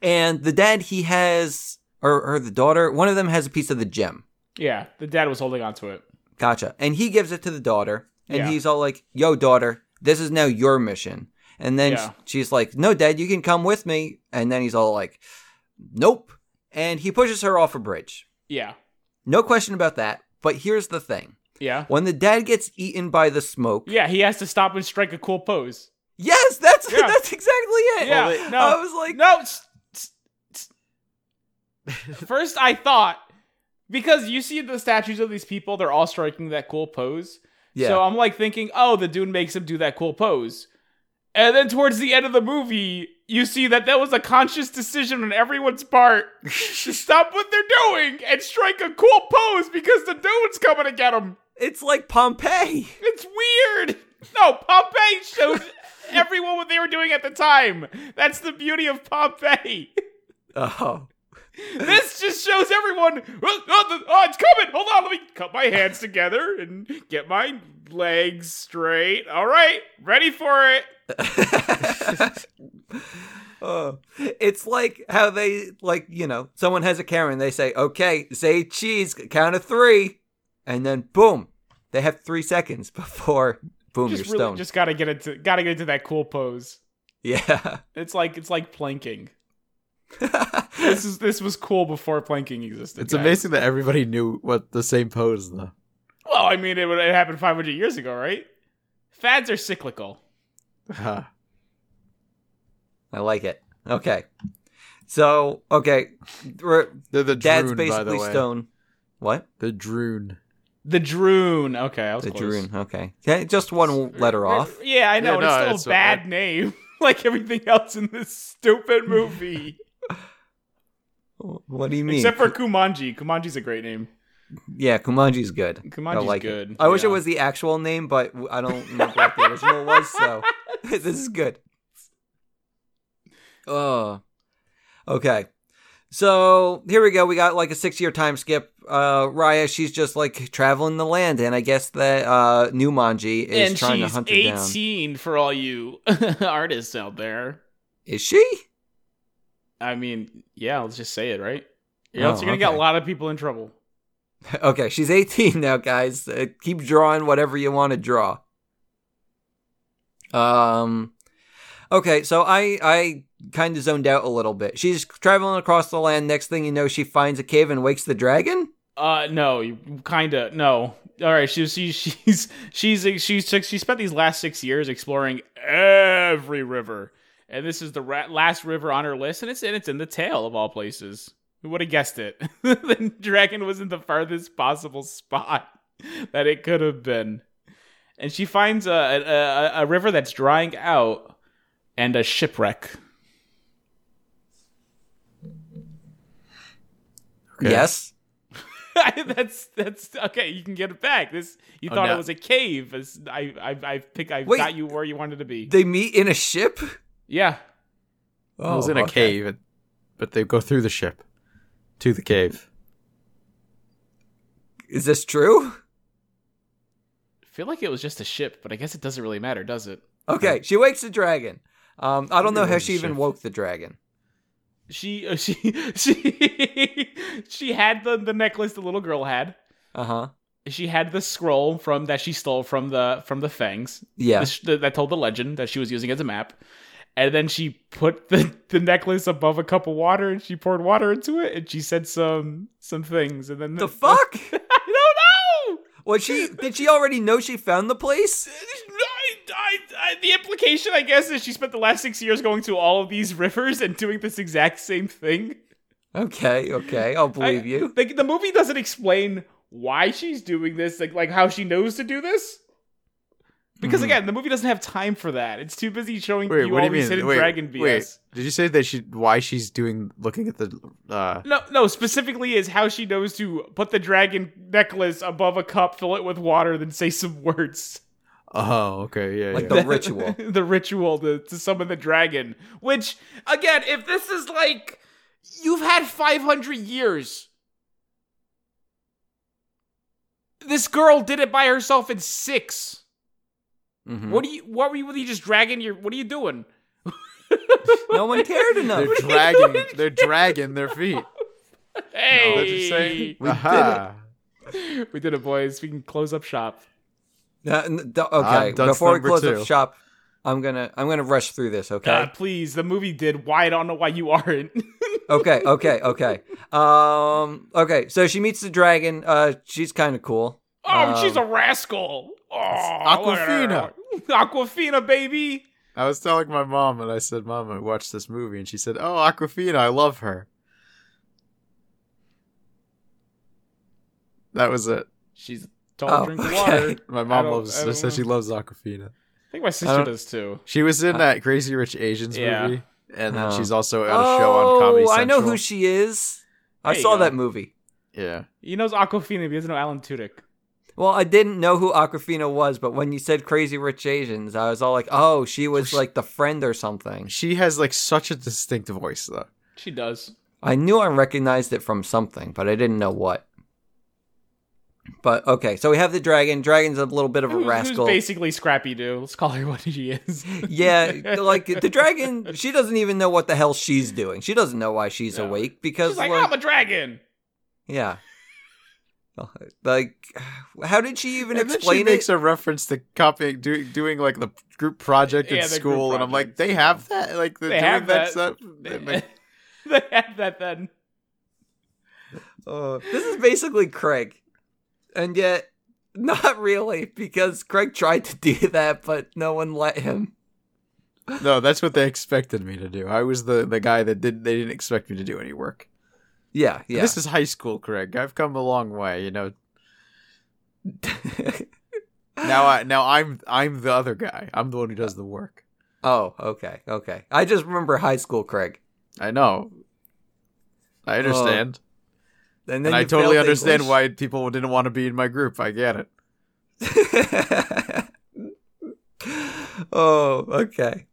S2: And the dad, he has, or, or the daughter, one of them has a piece of the gem.
S4: Yeah, the dad was holding on to it.
S2: Gotcha. And he gives it to the daughter, and
S4: Yeah.
S2: he's all like, "Yo, daughter, this is now your mission." And then
S4: Yeah.
S2: sh- she's like, "No, dad, you can come with me." And then he's all like, "Nope." And he pushes her off a bridge.
S4: Yeah,
S2: No question about that. But here's the thing:
S4: yeah,
S2: when the dad gets eaten by the smoke,
S4: yeah. He has to stop and strike a cool pose.
S2: yes, that's
S4: Yeah.
S2: that's exactly it.
S4: Yeah, Well, they- no.
S2: I was like,
S4: No. s- s- s- First, I thought because you see the statues of these people, they're all striking that cool pose.
S2: yeah,
S4: So I'm like thinking, oh, the Dune makes him do that cool pose. And then towards the end of the movie, you see that that was a conscious decision on everyone's part to stop what they're doing and strike a cool pose because the Dune's coming to get him.
S2: it's like Pompeii.
S4: It's weird. No, Pompeii showed everyone what they were doing at the time. That's the beauty of Pompeii.
S2: Oh,
S4: This just shows everyone. Oh, oh, the- oh, it's coming! Hold on, let me cut my hands together and get my legs straight. All right, ready for it.
S2: Uh, it's like how they like you know someone has a camera and they say okay say cheese count of three and then boom they have three seconds before boom
S4: Just
S2: you're stoned
S4: just gotta get into gotta get into that cool pose.
S2: yeah
S4: It's like it's like planking. This is this was cool before planking existed.
S3: it's
S4: guys.
S3: amazing that everybody knew what the same pose though.
S4: Well, I mean, it, would- it happened 500 years ago, right? Fads are cyclical.
S3: Huh.
S2: i like it okay so okay we're,
S3: They're the
S2: dad's
S3: Droon, by the
S2: basically
S3: way.
S2: stoned what
S3: The Droon.
S4: The Droon. Okay, I was
S2: the
S4: close.
S2: Droon. okay okay just one letter off
S4: Yeah, I know.
S3: Yeah,
S4: and it's
S3: no, it's uh, a-
S4: still a bad name, like everything else in this stupid movie.
S2: what do you mean
S4: Except for Kumanji. Kumanji's a great name.
S2: yeah kumanji's good
S4: Kumanji's
S2: I like it.
S4: good.
S2: I wish it
S4: yeah.
S2: was the actual name, but w- I don't remember what the original was, so this is good. Oh, okay. So here we go. We got like a six-year time skip. Uh, Raya, she's just like traveling the land, and I guess that uh, Numanji is
S4: and
S2: trying to
S4: she's
S2: hunt her down.
S4: 18 for all you artists out there.
S2: Is she?
S4: I mean, yeah, let's just say it, right? Or
S2: Oh,
S4: else you're gonna get
S2: okay.
S4: a lot of people in trouble.
S2: Okay, she's eighteen now, guys. Uh, keep drawing whatever you want to draw. Um okay, so I I kind of zoned out a little bit. She's traveling across the land. Next thing you know, she finds a cave and wakes the dragon?
S4: Uh, no, you kinda no. All right, she, she she's she's she's she's she spent these last six years exploring every river, and this is the ra- last river on her list, and it's and it's in the tail of all places. Who would have guessed it? the dragon was in the farthest possible spot that it could have been, and she finds a a, a, a river that's drying out and a shipwreck.
S3: Okay.
S2: Yes.
S4: that's that's okay. You can get it back. This you
S3: Oh,
S4: thought
S3: no.
S4: it was a cave. It's- I I I think I
S2: Wait.
S4: got you where you wanted to be.
S2: They meet in a ship?
S4: yeah,
S3: it was in a
S2: Oh, okay.
S3: cave, and- but they go through the ship to the cave.
S2: Is this true?
S4: I feel like it was just a ship, but I guess it doesn't really matter, does it?
S2: Okay, she wakes the dragon. Um I don't know
S3: Maybe it
S2: how
S3: was a
S2: she even
S3: ship.
S2: woke the dragon.
S4: She uh, she she she had the the necklace the little girl had.
S2: Uh-huh.
S4: She had the scroll from that she stole from the from the fangs
S2: Yeah.
S4: the sh- that told the legend that she was using as a map. and then she put the, the necklace above a cup of water and she poured water into it and she said some some things and then
S2: The fuck?
S4: I don't know.
S2: Was she? Did she already know she found the place?
S4: I, I, I, the implication, I guess, is she spent the last six years going to all of these rivers and doing this exact same thing.
S2: Okay, okay, I'll believe
S4: I-
S2: you.
S4: The, the movie doesn't explain why she's doing this, like like how she knows to do this. Because
S3: Mhm.
S4: again, the movie doesn't have time for that. It's too busy showing
S3: Wait,
S4: you
S3: what
S4: all
S3: do you
S4: these
S3: mean?
S4: hidden
S3: wait,
S4: dragon BS.
S3: wait, did you say that she why she's doing looking at the uh
S4: No, no. Specifically, is how she knows to put the dragon necklace above a cup, fill it with water, then say some words.
S3: oh okay yeah
S2: Like
S3: yeah.
S2: the ritual.
S4: the ritual to, to summon the dragon. Which, again, if this is like. You've had 500 years. This girl did it by herself in 6
S3: Mm-hmm.
S2: Mhm.
S4: What do you. What were you. Were you just dragging your. What are you doing?
S2: No one cared enough.
S3: they're dragging they're dragging their feet.
S4: Hey!
S3: That's what you're saying.
S2: We did
S3: Aha.
S4: We did it, boys. We can close up shop.
S2: Uh, n- d-
S3: Ah,
S2: okay,
S3: that's
S2: before we
S3: number
S2: close
S3: two.
S2: up shop, I'm gonna I'm gonna rush through this. Okay.
S4: God, please. The movie did. Why? I don't know why you aren't.
S2: okay, okay, okay. Um, okay. So she meets the dragon. Uh, she's kind of cool.
S4: Oh,
S2: Um,
S4: she's a rascal. Oh, look at her.
S3: Aquafina.
S4: Aquafina, baby.
S3: I was telling my mom and I said, Mom, I watched this movie and she said, Oh, Aquafina, I love her. That was it.
S4: She's tall
S2: Oh,
S4: drink of
S2: okay.
S4: water.
S3: My
S4: I
S3: mom
S4: don't-
S3: loves
S4: I don't
S3: says
S4: know.
S3: she loves Aquafina.
S4: I think my
S2: I
S4: sister
S2: don't-
S4: does too.
S3: She was in that Crazy Rich Asians
S4: Yeah. Oh,
S3: movie. And then
S2: Oh.
S3: she's also on a show on Comedy
S2: I
S3: Central.
S2: know who she is. I
S4: There you
S2: saw
S4: go.
S2: that movie.
S3: Yeah.
S4: He knows Aquafina, but he doesn't know Alan Tudyk.
S2: Well, I didn't know who Aquafina was, but when you said Crazy Rich Asians, I was all like, "Oh, she was like the friend or something."
S3: She has like such a distinctive voice though.
S4: She does.
S2: I knew I recognized it from something, but I didn't know what. But okay, so we have the dragon. Dragon's a little bit of a
S4: Who's, who's
S2: rascal.
S4: basically Scrappy Doo. Let's call her what she is.
S2: yeah, like the dragon, she doesn't even know what the hell she's doing. She doesn't know why she's
S4: No.
S2: awake because
S4: She's like,
S2: like-
S4: I'm a dragon.
S2: yeah. Like how did she even
S3: And then she
S2: explain it?
S3: makes a reference to copying, do, doing like the group project
S4: Yeah,
S3: at
S4: the group
S3: school, and I'm like,
S4: project.
S3: they have that, like they're
S4: They
S3: doing
S4: have
S3: that,
S4: that.
S3: stuff.
S4: They
S3: And, like,
S4: they had that then.
S2: Uh, this is basically Craig. And yet not really because Craig tried to do that but no one let him.
S3: no, that's what they expected me to do. I was the the guy that did they didn't expect me to do any work.
S2: Yeah,
S3: And
S2: yeah.
S3: This is high school, Craig. I've come a long way, you know. Now I now I'm I'm the other guy. I'm the one who does the work.
S2: oh, okay. Okay. I just remember high school Craig.
S3: I know. I understand.
S2: And then
S3: and I
S2: you
S3: totally
S2: failed
S3: understand
S2: English.
S3: why people didn't want to be in my group. I get it.
S2: oh, okay.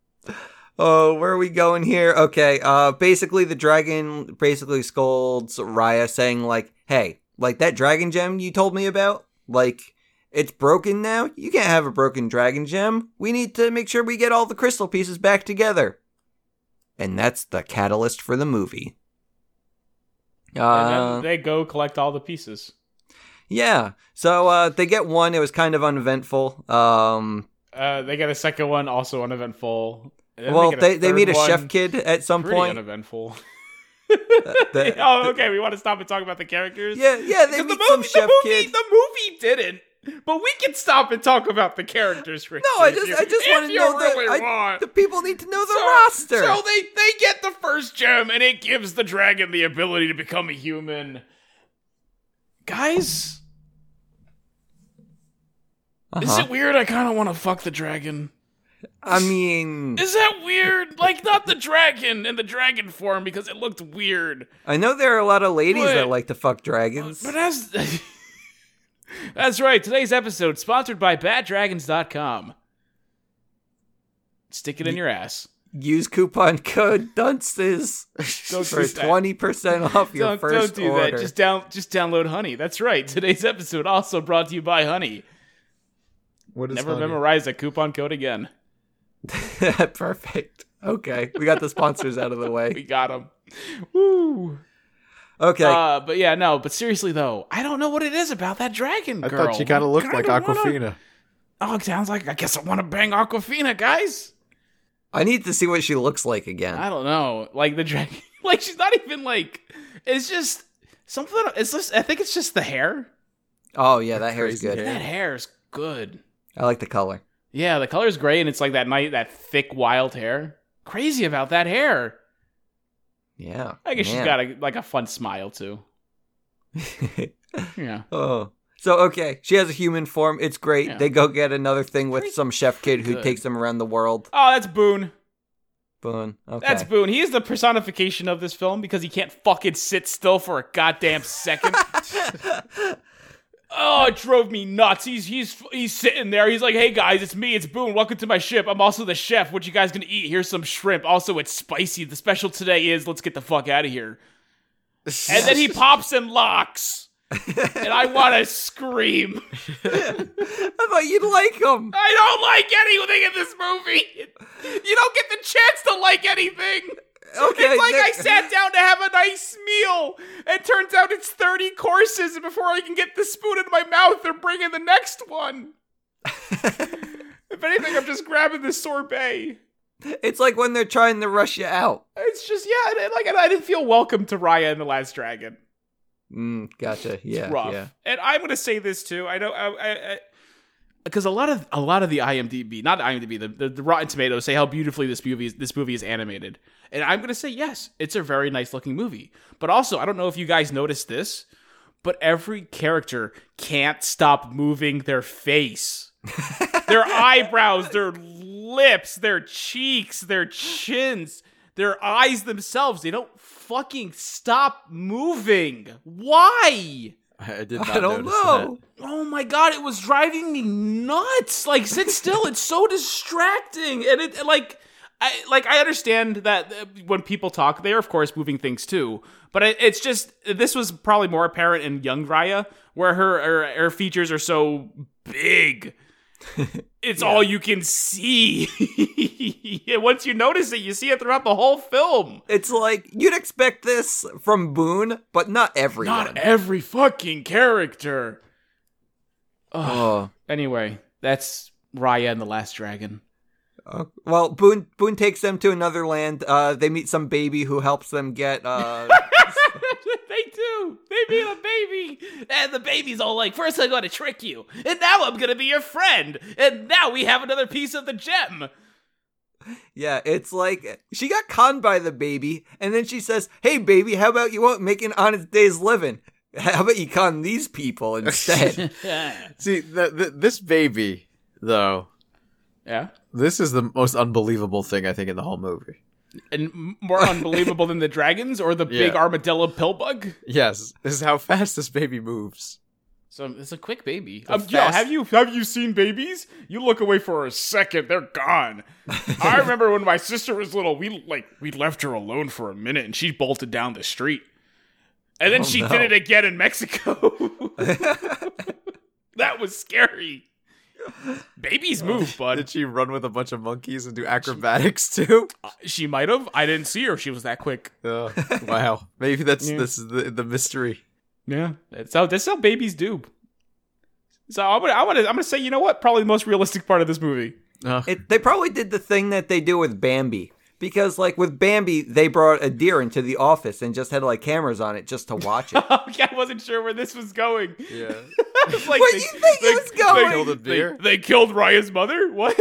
S2: Oh, where are we going here? Okay. Uh basically the dragon basically scolds Raya saying like, "Hey, like that dragon gem you told me about, like it's broken now. You can't have a broken dragon gem. We need to make sure we get all the crystal pieces back together." And that's the catalyst for the movie. Uh,
S4: and then they go collect all the pieces.
S2: yeah. So uh, they get one. It was kind of uneventful. Um,
S4: Uh, they get a second one, also uneventful. And then
S2: well,
S4: get a
S2: they, they
S4: third
S2: meet a chef
S4: one,
S2: kid at some
S4: pretty
S2: point.
S4: uneventful.
S2: the-
S4: oh, okay. We want to stop and talk about the characters.
S2: yeah, yeah, they
S4: Because
S2: meet
S4: the
S2: some
S4: movie,
S2: chef
S4: the movie,
S2: kid.
S4: the movie didn't. But we can stop and talk about the characters for
S2: No, I just- I just wanna know the-
S4: really
S2: I-
S4: want.
S2: The people need to know the
S4: So-
S2: roster.
S4: So they they get the first gem, and it gives the dragon the ability to become a human. Guys, is
S2: Uh-huh.
S4: it weird? I kind of want to fuck the dragon.
S2: I mean,
S4: Is that weird? like not the dragon in the dragon form because it looked weird,
S2: I know there are a lot of ladies that
S4: But-
S2: like to fuck dragons.
S4: but as that's right. Today's episode sponsored by BadDragons.com. Stick it in your ass.
S2: Use coupon code Dunces
S4: Don't
S2: for
S4: do that.
S2: twenty percent off your
S4: don't,
S2: 1st
S4: don't do
S2: order.
S4: that. Just down, just download Honey. That's right. Today's episode also brought to you by Honey.
S3: What is
S4: Never
S3: funny?
S4: memorize a coupon code again.
S2: Perfect. Okay, we got the sponsors out of the
S4: We
S2: way.
S4: got him. Woo.
S2: Okay,
S4: Uh, but yeah, no. But seriously though, I don't know what it is about that dragon
S3: I
S4: girl.
S3: thought she kind of looked like
S4: Kinda wanna-
S3: Aquafina.
S4: Oh, it sounds like I guess I want to bang Aquafina, guys.
S2: I need to see what she looks like again.
S4: I don't know. Like the dragon, like she's not even like. It's just something. It's just. I think it's just the hair.
S2: oh yeah, that hair is
S3: Crazy
S2: good.
S3: hair.
S4: That hair is good.
S2: I like the color.
S4: Yeah, the color's gray, and it's like that night that thick wild hair. Crazy about that hair.
S2: Yeah.
S4: I guess she's
S2: man.
S4: got a like a fun smile too. Yeah.
S2: oh. So okay, she has a human form. It's great.
S4: Yeah.
S2: They go get another thing with
S4: Pretty-
S2: some chef kid who
S4: good.
S2: takes them around the world.
S4: Oh, that's Boone.
S2: Boone. Okay.
S4: That's Boone. He is the personification of this film because he can't fucking sit still for a goddamn second. oh, it drove me nuts. He's he's he's sitting there. He's like, "Hey guys, it's me. It's Boone. Welcome to my ship. I'm also the chef. What you guys gonna eat? Here's some shrimp. Also, it's spicy. The special today is let's get the fuck out of here." And then he pops and locks, and I want to scream.
S2: I thought you'd like him.
S4: I don't like anything in this movie. You don't get the chance to like anything.
S2: Okay.
S4: it's like I
S2: next-
S4: sat down to have a nice meal. It turns out it's 30 courses, and before I can get the spoon in my mouth, they're bringing the next one. if anything, I'm just grabbing the sorbet.
S2: It's like when they're trying to rush you out.
S4: It's just, yeah, and, and like and I didn't feel welcome to Raya and the Last Dragon.
S2: Mm, gotcha. Yeah.
S4: Rough.
S2: Yeah.
S4: And I'm gonna say this too. I know, I, I, I because a lot of a lot of the IMDb, not IMDb, the, the, the Rotten Tomatoes say how beautifully this movie is, this movie is animated, and I'm gonna say yes, it's a very nice looking movie. But also, I don't know if you guys noticed this, but every character can't stop moving their face, their eyebrows, their lips, their cheeks, their chins, their eyes themselves. They don't fucking stop moving. Why?
S3: I did not
S2: I don't
S3: notice
S2: know.
S4: Oh my god, it was driving me nuts. Like sit still, it's so distracting. And it like I like I understand that uh, when people talk, they are of course moving things too. But it, it's just this was probably more apparent in young Raya where her her, her features are so big. It's all you can see. And Once you notice it, you see it throughout the whole film.
S2: It's like you'd expect this from Boone, but not everyone.
S4: Not e- every fucking character. Ugh.
S2: oh.
S4: Anyway, that's Raya and the Last Dragon.
S2: Oh, well, Boone Boone takes them to another land. Uh, they meet some baby who helps them get. Uh,
S4: they do. They meet a baby, and the baby's all like, first I'm gonna trick you, and now I'm gonna be your friend, and now we have another piece of the gem."
S2: yeah, it's like she got conned by the baby, and then she says, "Hey, baby, how about you won't make an honest day's living? How about you con these people instead?"
S3: that. See, the, the, this baby though,
S4: yeah,
S3: this is the most unbelievable thing I think in the whole movie.
S4: and m- more unbelievable than the dragons or the big
S3: Yeah.
S4: armadillo pillbug.
S3: Yes, this is how fast this baby moves.
S4: So it's a quick baby.
S3: The
S4: Um, yeah,
S3: fast-
S4: have you have you seen babies? You look away for a second, they're gone. I remember when my sister was little, we like we left her alone for a minute, and she bolted down the street, and then
S2: Oh,
S4: she
S2: no.
S4: did it again in Mexico. that was scary. Babies move,
S3: Did
S4: bud.
S3: she run with a bunch of monkeys and do acrobatics too?
S4: She might have. I didn't see her. She was that quick.
S3: Uh, wow, maybe that's
S4: Yeah.
S3: this is the, the mystery.
S4: Yeah, that's how that's how babies do. So I'm gonna I'm gonna I'm gonna say you know what? Probably the most realistic part of this movie.
S3: Uh,
S2: it, they probably did the thing that they do with Bambi, because like with Bambi, they brought a deer into the office and just had like cameras on it just to watch it.
S4: Okay, I wasn't sure where this was going.
S3: yeah,
S4: It's like
S2: Where you think it was going?
S3: Killed a deer?
S4: they killed Raya's mother? What?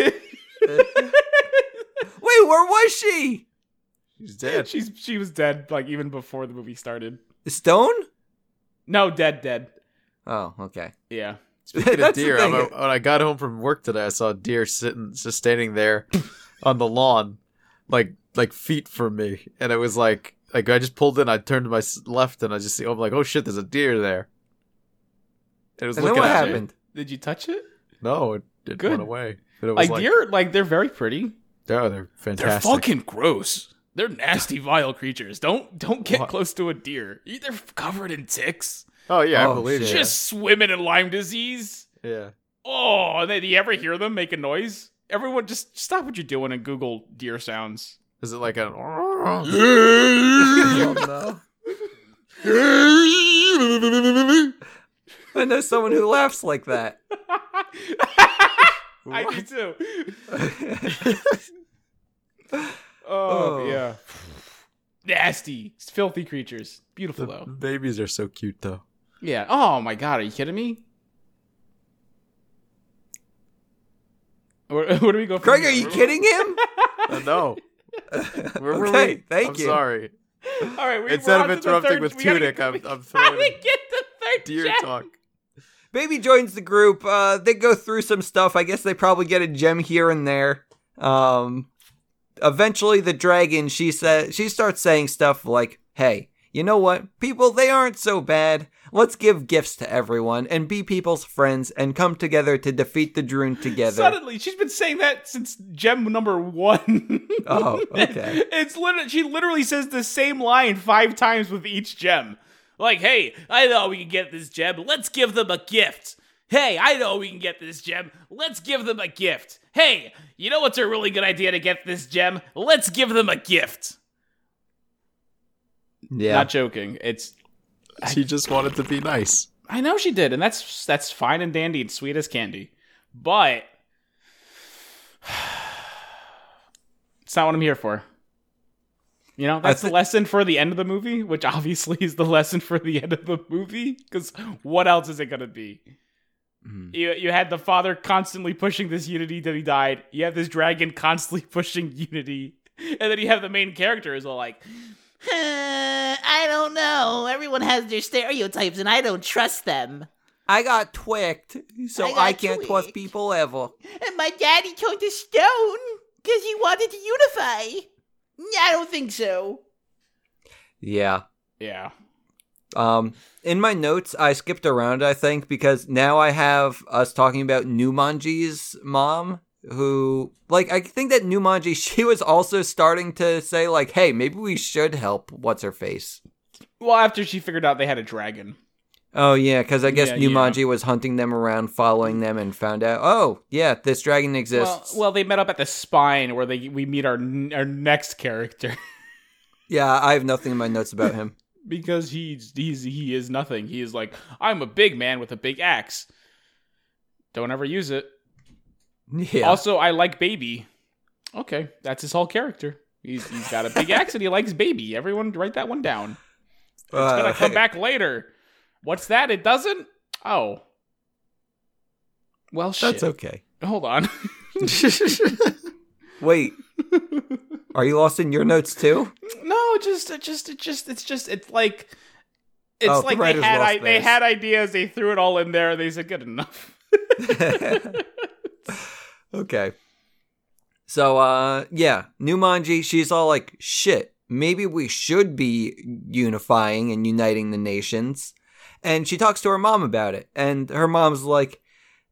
S2: Wait, where was she?
S3: she's dead.
S4: She's she was dead like even before the movie started.
S2: Stone?
S4: No, dead, dead.
S2: Oh, okay.
S4: Yeah.
S3: Speaking of
S2: That's the
S3: deer, I'm
S2: thing.
S3: a, when I got home from work today, I saw a deer sitting, just standing there on the lawn, like like feet from me, and it was like like I just pulled in, I turned to my s- left, and I just see, oh, I'm like, oh shit, there's a deer there. It was
S2: And then
S3: looking
S2: what
S3: at me.
S2: happened?
S4: Did you touch it?
S3: No, it, it
S4: Good.
S3: went away. But it was
S4: Like,
S3: like,
S4: deer, like they're very pretty.
S3: Oh, they're
S4: They're
S3: fantastic.
S4: fucking gross. They're nasty, vile creatures. Don't don't get
S3: What?
S4: close to a deer. They're covered in ticks.
S3: Oh yeah,
S2: Oh,
S3: I believe
S2: shit.
S3: you.
S4: Just swimming in Lyme disease.
S3: yeah.
S4: Oh, and then, do you ever hear them make a noise? Everyone, just stop what you're doing and Google deer sounds.
S3: Is it like an?
S2: Oh, no. I know someone who laughs like that.
S4: I do too. Oh,
S2: Oh.
S4: yeah. Nasty, filthy creatures. Beautiful though.
S3: Babies are so cute though.
S4: Yeah. Oh my god, are you kidding me? Where, where do we go? From
S2: Craig,
S4: here?
S2: are you kidding him?
S3: Uh, no. Where were
S2: Okay,
S3: we?
S2: thank
S3: I'm
S2: you.
S3: sorry.
S4: All right. We,
S3: Instead
S4: we're
S3: of
S4: on to the
S3: interrupting
S4: third-
S3: with
S4: we gotta
S3: Tunic,
S4: get-
S3: I'm-
S4: we
S3: I'm
S4: gotta
S3: throwing
S4: get the third
S3: Deer
S4: gen.
S3: talk.
S2: Baby joins the group. Uh, they go through some stuff. I guess they probably get a gem here and there. Um, eventually, the dragon she says she starts saying stuff like, "Hey, you know what? People they aren't so bad. Let's give gifts to everyone and be people's friends and come together to defeat the Droon together."
S4: Suddenly, she's been saying that since gem number one.
S2: Oh, okay.
S4: it's literally she literally says the same line five times with each gem. Like, hey, I know we can get this gem. Let's give them a gift. Hey, I know we can get this gem. Let's give them a gift. Hey, you know what's a really good idea to get this gem? Let's give them a gift.
S2: yeah,
S4: Not joking. It's
S3: She just wanted to be nice.
S4: I know she did, and that's that's fine and dandy and sweet as candy. But it's not what I'm here for. You know, that's
S2: thi-
S4: the lesson for the end of the movie, which obviously is the lesson for the end of the movie, because what else is it gonna be? You you had the father constantly pushing this unity till he died. You have this dragon constantly pushing unity, and then you have the main character is all like,
S5: I don't know. Everyone has their stereotypes, and I don't trust them.
S2: I got twicked, so
S5: I
S2: I,
S5: got
S2: can't trust
S5: twicked.
S2: people ever.
S5: And my daddy turned to stone because he wanted to unify. I don't think so.
S2: Yeah.
S4: yeah,
S2: Um, in my notes, I skipped around, I think, because now I have us talking about Numanji's mom, who, like, I think that Numanji, she was also starting to say, like, hey, maybe we should help What's Her Face.
S4: Well, after she figured out they had a dragon.
S2: Oh, yeah, because I guess
S4: Yeah, yeah.
S2: Numanji was hunting them around, following them, and found out, oh, yeah, this dragon
S4: Well,
S2: exists.
S4: well, they met up at the spine where they we meet our n- our next character
S2: yeah, I have nothing in my notes about him.
S4: because he's he's he is nothing. He is like I'm a big man with a big axe. Don't ever use it.
S2: Yeah.
S4: Also, I like baby. Okay, that's his whole character. He's he's got a big axe and he likes baby. Everyone write that one down. It's
S2: Uh,
S4: gonna come
S2: hey,
S4: back later. What's that? It doesn't. Oh. Well, shit.
S2: That's okay.
S4: Hold on.
S2: Wait, are you lost in your notes too?
S4: No, just it just it just it's just it's like it's
S2: Oh, the
S4: like they
S2: writers
S4: had
S2: lost
S4: I, they
S2: theirs.
S4: had ideas, they threw it all in there, and they said good enough.
S2: Okay. So uh yeah, Numanji, she's all like, shit, maybe we should be unifying and uniting the nations. And she talks to her mom about it, and her mom's like,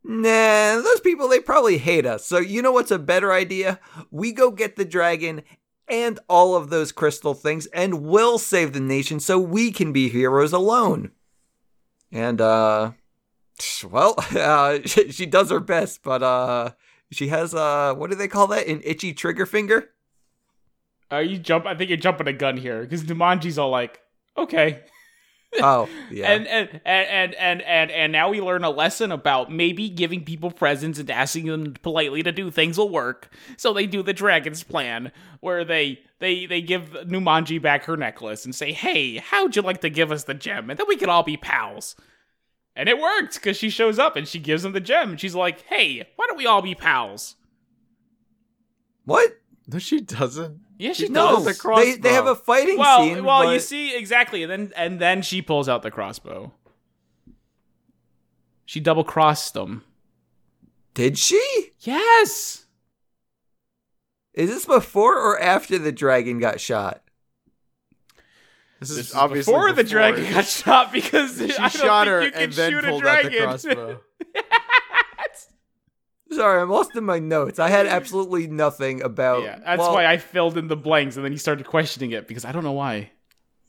S2: Nah, those people they probably hate us. So you know what's a better idea? We go get the dragon and all of those crystal things and we'll save the nation so we can be heroes alone. And uh well, uh, she, she does her best, but uh, she has uh, what do they call that? An itchy trigger finger.
S4: Uh, you jump I think you're jumping a gun here, because Dumanji's all like, okay.
S2: Oh, yeah.
S4: And, and and and and and and now we learn a lesson about maybe giving people presents and asking them politely to do things will work. So they do the dragon's plan, where they they they give Numanji back her necklace and say, "Hey, how'd you like to give us the gem?" And then we can all be pals. And it worked because she shows up and she gives him the gem. And she's like, "Hey, why don't we all be pals?"
S2: what?
S3: no, she doesn't.
S4: Yeah, she
S2: No,
S3: does.
S4: does.
S3: The crossbow.
S2: they they have a fighting
S4: Well,
S2: scene.
S4: well, you
S2: but-
S4: see exactly, and then and then she pulls out the crossbow. She double crossed them.
S2: did she?
S4: Yes.
S2: Is this before or after the dragon got shot?
S3: This
S4: This
S3: is
S4: is
S3: obviously
S4: before, the
S3: before.
S4: dragon got shot because I
S3: She
S4: don't
S3: shot
S4: think
S3: her
S4: you can
S3: and then
S4: shoot
S3: pulled
S4: a
S3: out the
S4: dragon.
S3: crossbow.
S2: Sorry, I'm lost in my notes. I had absolutely nothing about.
S4: yeah, that's why I filled in the blanks, and then he started questioning it because I don't know why.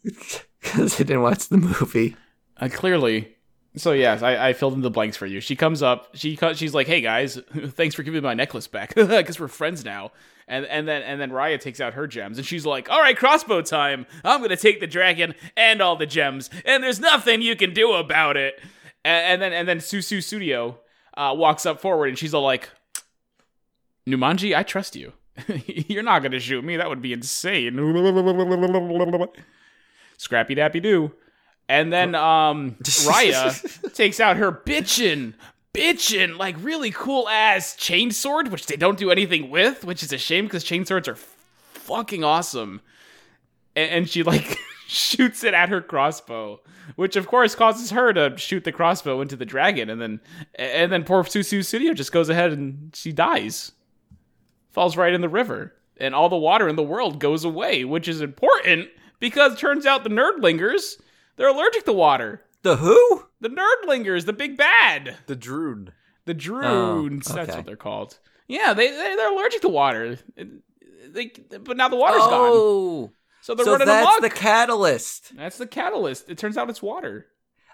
S2: because I didn't watch the movie.
S4: Uh, clearly. So yes, I, I filled in the blanks for you. She comes up. She co- she's like, "Hey guys, thanks for giving me my necklace back because we're friends now." And and then and then Raya takes out her gems and she's like, "All right, crossbow time. I'm gonna take the dragon and all the gems, and there's nothing you can do about it." And, and then and then Susu Studio uh, walks up forward and she's all like, "Numanji, I trust you." You're not gonna shoot me. That would be insane. Scrappy dappy doo. And then um Raya takes out her bitchin', bitchin', like really cool ass chainsword, which they don't do anything with, which is a shame because chainswords are fucking awesome. And, and she like shoots it at her crossbow, which of course causes her to shoot the crossbow into the dragon, and then and then poor Susu Studio just goes ahead and she dies falls right in the river, and all the water in the world goes away, which is important because turns out the nerdlingers they're allergic to water.
S2: The who?
S4: The nerdlingers, the big bad,
S3: The Droon.
S4: the droons. That's
S2: Oh, okay.
S4: what they're called. Yeah, they, they they're allergic to water. It- They, but now the water's gone, so they're
S2: Oh, so
S4: running
S2: that's
S4: amok.
S2: the catalyst.
S4: that's the catalyst. It turns out it's water.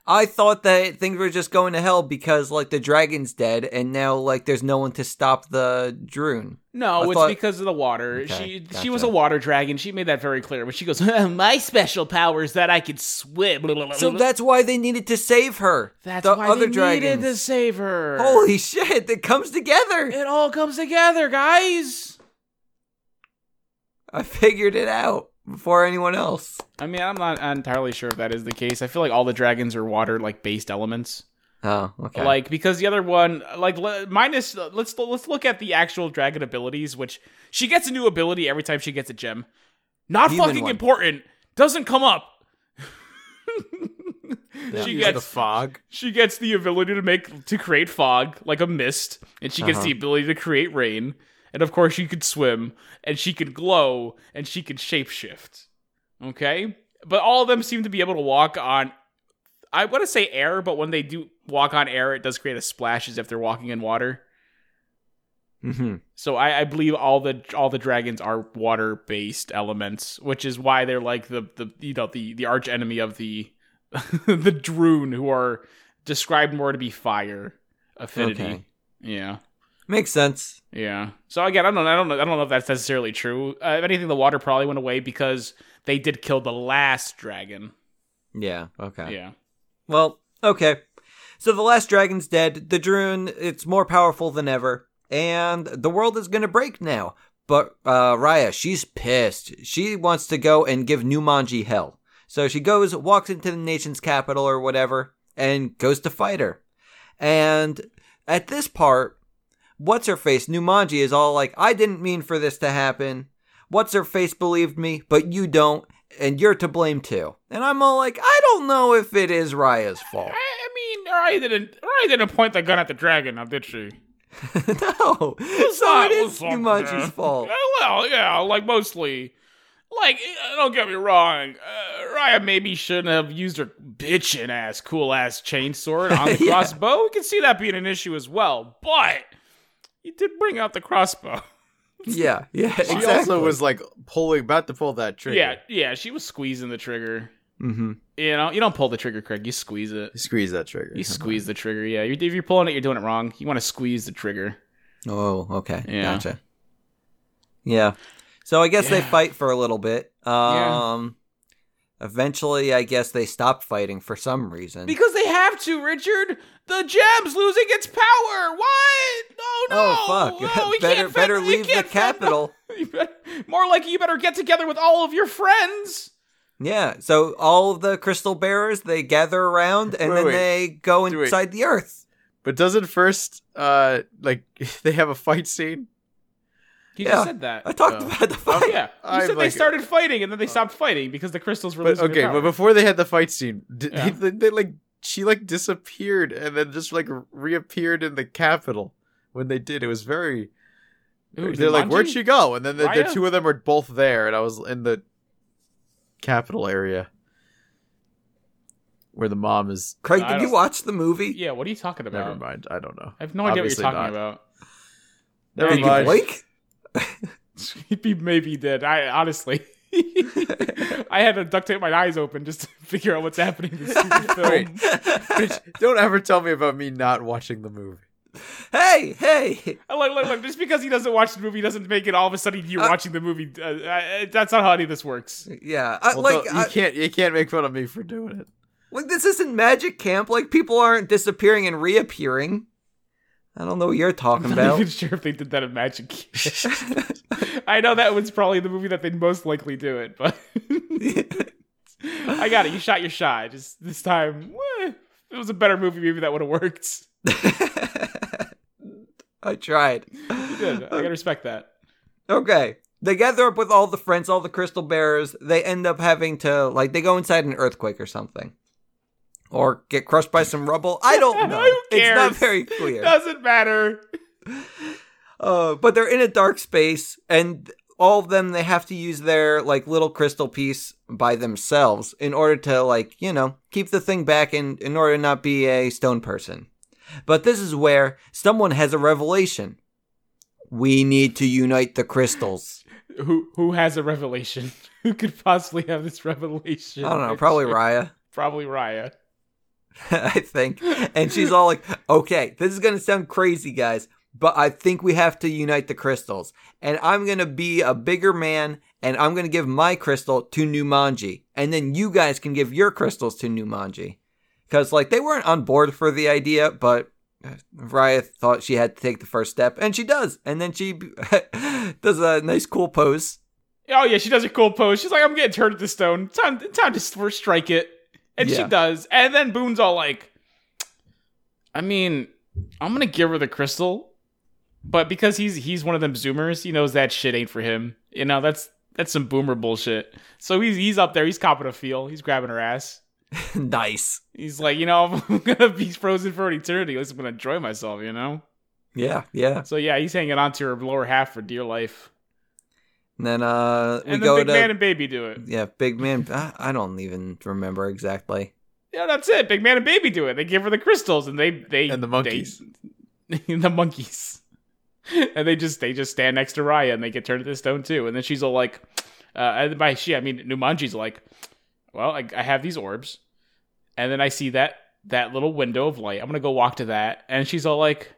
S2: I thought that things were just going to hell because like the dragon's dead, and now like there's no one to stop the Droon.
S4: No,
S2: I
S4: it's
S2: thought-
S4: because of the water.
S2: Okay,
S4: she she was a
S2: gotcha.
S4: water dragon. She made that very clear. But she goes, my special power is that I could swim.
S2: So that's why they needed to save her.
S4: That's
S2: the
S4: why
S2: other
S4: they
S2: dragons.
S4: needed to save her.
S2: Holy shit! It comes together.
S4: It all comes together, guys.
S2: I figured it out before anyone else.
S4: I mean, I'm not entirely sure if that is the case. I feel like all the dragons are water like based elements.
S2: Oh, okay.
S4: Like because the other one, like le- minus, let's let's look at the actual dragon abilities. Which she gets a new ability every time she gets a gem. Not
S2: Human
S4: fucking
S2: one.
S4: important. Doesn't come up. she
S3: Use the
S4: gets
S3: fog.
S4: She gets the ability to make to create fog like a mist, and she gets the ability to create rain. And of course, she could swim, and she could glow, and she could shapeshift. Okay, but all of them seem to be able to walk on. I want to say air, but when they do walk on air, it does create a splash as if they're walking in water.
S2: hmm
S4: So I, I believe all the all the dragons are water based elements, which is why they're like the the you know the the arch enemy of the the Droon, who are described more to be fire affinity.
S2: Okay.
S4: Yeah,
S2: makes sense.
S4: yeah. So again, I don't I don't know, I don't know if that's necessarily true. Uh, if anything, the water probably went away because they did kill the last dragon.
S2: Yeah. Okay.
S4: Yeah.
S2: Well, okay. So the last dragon's dead. The Droon, it's more powerful than ever, and the world is gonna break now. But uh, Raya, she's pissed. She wants to go and give Numanji hell. So she goes, walks into the nation's capital or whatever, and goes to fight her. And at this part, what's her face? Numanji is all like, "I didn't mean for this to happen." What's her face believed me, but you don't, and you're to blame too. And I'm all like, I don't know if it is Raya's fault.
S4: I, I mean, Rai didn't Rai didn't point the gun at the dragon, now did she?
S2: no. So
S4: not-
S2: it is
S4: it's not
S2: Numanji's
S4: bad.
S2: fault.
S4: Uh, well, yeah, like mostly. Like, uh, don't get me wrong, uh, Raya maybe shouldn't have used her bitchin' ass, cool ass chainsword on the
S2: Yeah.
S4: crossbow. We can see that being an issue as well, but you did bring out the crossbow.
S2: Yeah, yeah,
S3: She
S2: exactly.
S3: also was like pulling, about to pull that trigger.
S4: Yeah, yeah, she was squeezing the trigger.
S2: hmm
S4: You know, you don't pull the trigger, Craig. You squeeze it.
S3: You squeeze that trigger.
S4: You squeeze the trigger. Yeah, you're, if you're pulling it, you're doing it wrong. You want to squeeze the trigger.
S2: Oh, okay.
S4: Yeah.
S2: Gotcha. Yeah. So I guess they
S4: Yeah.
S2: fight for a little bit.
S4: Yeah.
S2: Um eventually I guess they stop fighting for some reason.
S4: Because they have to, Richard. The gem's losing its power. What? Oh no!
S2: oh fuck.
S4: Oh, we
S2: better
S4: can't fend-
S2: better
S4: we
S2: leave the
S4: can't fend-
S2: capital.
S4: You bet- More like you better get together with all of your friends.
S2: Yeah, so all of the crystal bearers they gather around and
S3: Wait,
S2: then
S3: wait.
S2: they go
S3: Wait.
S2: inside the earth.
S3: But doesn't first, uh, like they have a fight scene?
S4: He
S2: Yeah.
S4: just said that.
S2: I talked
S3: Oh.
S2: about the fight.
S4: yeah, you
S3: I'm
S4: said they
S3: like- Uh,
S4: started fighting and then they stopped fighting because the crystals were
S3: But
S4: losing
S3: okay,
S4: their
S3: but
S4: power.
S3: before they had the fight scene, did,
S4: Yeah.
S3: they, they like she like disappeared and then just like reappeared in the capital when they did. It was very.
S4: Ooh,
S3: they're like,
S4: Jumanji?
S3: "Where'd she go?" And then the, the
S4: Raya?
S3: two of them are both there, and I was in the capital area where the mom is.
S2: Craig,
S4: No, I
S2: did you
S4: don't-
S2: watch the movie?
S4: Yeah, what are you talking about?
S3: Never mind. I don't know.
S4: I have no idea
S3: Obviously
S4: what you're talking
S3: not.
S4: about.
S3: Never
S4: Did you
S2: Did you
S3: mind.
S2: blink?
S4: Maybe, maybe he did. I honestly, I had to duct tape my eyes open just to figure out what's happening in this stupid film.
S3: Wait. Bitch, don't ever tell me about me not watching the movie.
S2: Hey, hey.
S4: Uh, Look, look, look! Just because he doesn't watch the movie doesn't make it all of a sudden you're
S2: Uh,
S4: watching the movie. Uh, uh, that's not how any of this works.
S2: Yeah, I,
S3: Well,
S2: like
S3: don't- you
S2: I,
S3: can't you can't make fun of me for doing it.
S2: like this isn't magic camp. Like people aren't disappearing and reappearing. I don't know what you're talking
S4: I'm not
S2: about.
S4: even sure if they did that in Magic. Kid. I know that was probably the movie that they'd most likely do it, but I got it. You shot your shot. Just this time, eh, it was a better movie. Maybe that would have worked.
S2: I tried.
S4: Good. I gotta respect that.
S2: Okay. They gather up with all the friends, all the crystal bearers. They end up having to, like, they go inside an earthquake or something. Or get crushed by some rubble. I don't know.
S4: Who
S2: It's not
S4: cares?
S2: very clear.
S4: Doesn't matter.
S2: Uh, but they're in a dark space, and all of them they have to use their like little crystal piece by themselves in order to like you know keep the thing back and in order to not be a stone person. But this is where someone has a revelation. We need to unite the crystals.
S4: Who who has a revelation? Who could possibly have this revelation?
S2: I don't know, probably Raya.
S4: Probably Raya.
S2: I think. And she's all like, okay, this is going to sound crazy, guys, but I think we have to unite the crystals. And I'm going to be a bigger man and I'm going to give my crystal to Numanji. And then you guys can give your crystals to Numanji. Because, like, they weren't on board for the idea, but uh, Raya thought she had to take the first step. And she does. And then she does a nice, cool pose.
S4: Oh yeah, she does a cool pose. She's like, "I'm getting turned to stone. Time, time to first strike it," and she
S2: Yeah.
S4: does. And then Boone's all like, "I mean, I'm gonna give her the crystal, but because he's he's one of them Zoomers, he knows that shit ain't for him. You know, that's that's some Boomer bullshit. So he's he's up there, he's copping a feel, he's grabbing her ass.
S2: nice.
S4: He's like, you know, I'm gonna be frozen for an eternity. At least I'm gonna enjoy myself, you know.
S2: Yeah, yeah.
S4: So yeah, he's hanging on to her lower half for dear life.
S2: And then uh, we
S4: And then
S2: go
S4: Big
S2: to.
S4: Man and Baby do it.
S2: Yeah, big man. I I don't even remember exactly.
S4: Yeah, that's it. Big man and baby do it. They give her the crystals, and they they
S3: And the monkeys.
S4: they- and the monkeys, and they just they just stand next to Raya, and they get turned to stone too. And then she's all like, uh, and by she I mean Numanji's like, well, I, I have these orbs, and then I see that that little window of light. I'm gonna go walk to that, and she's all like,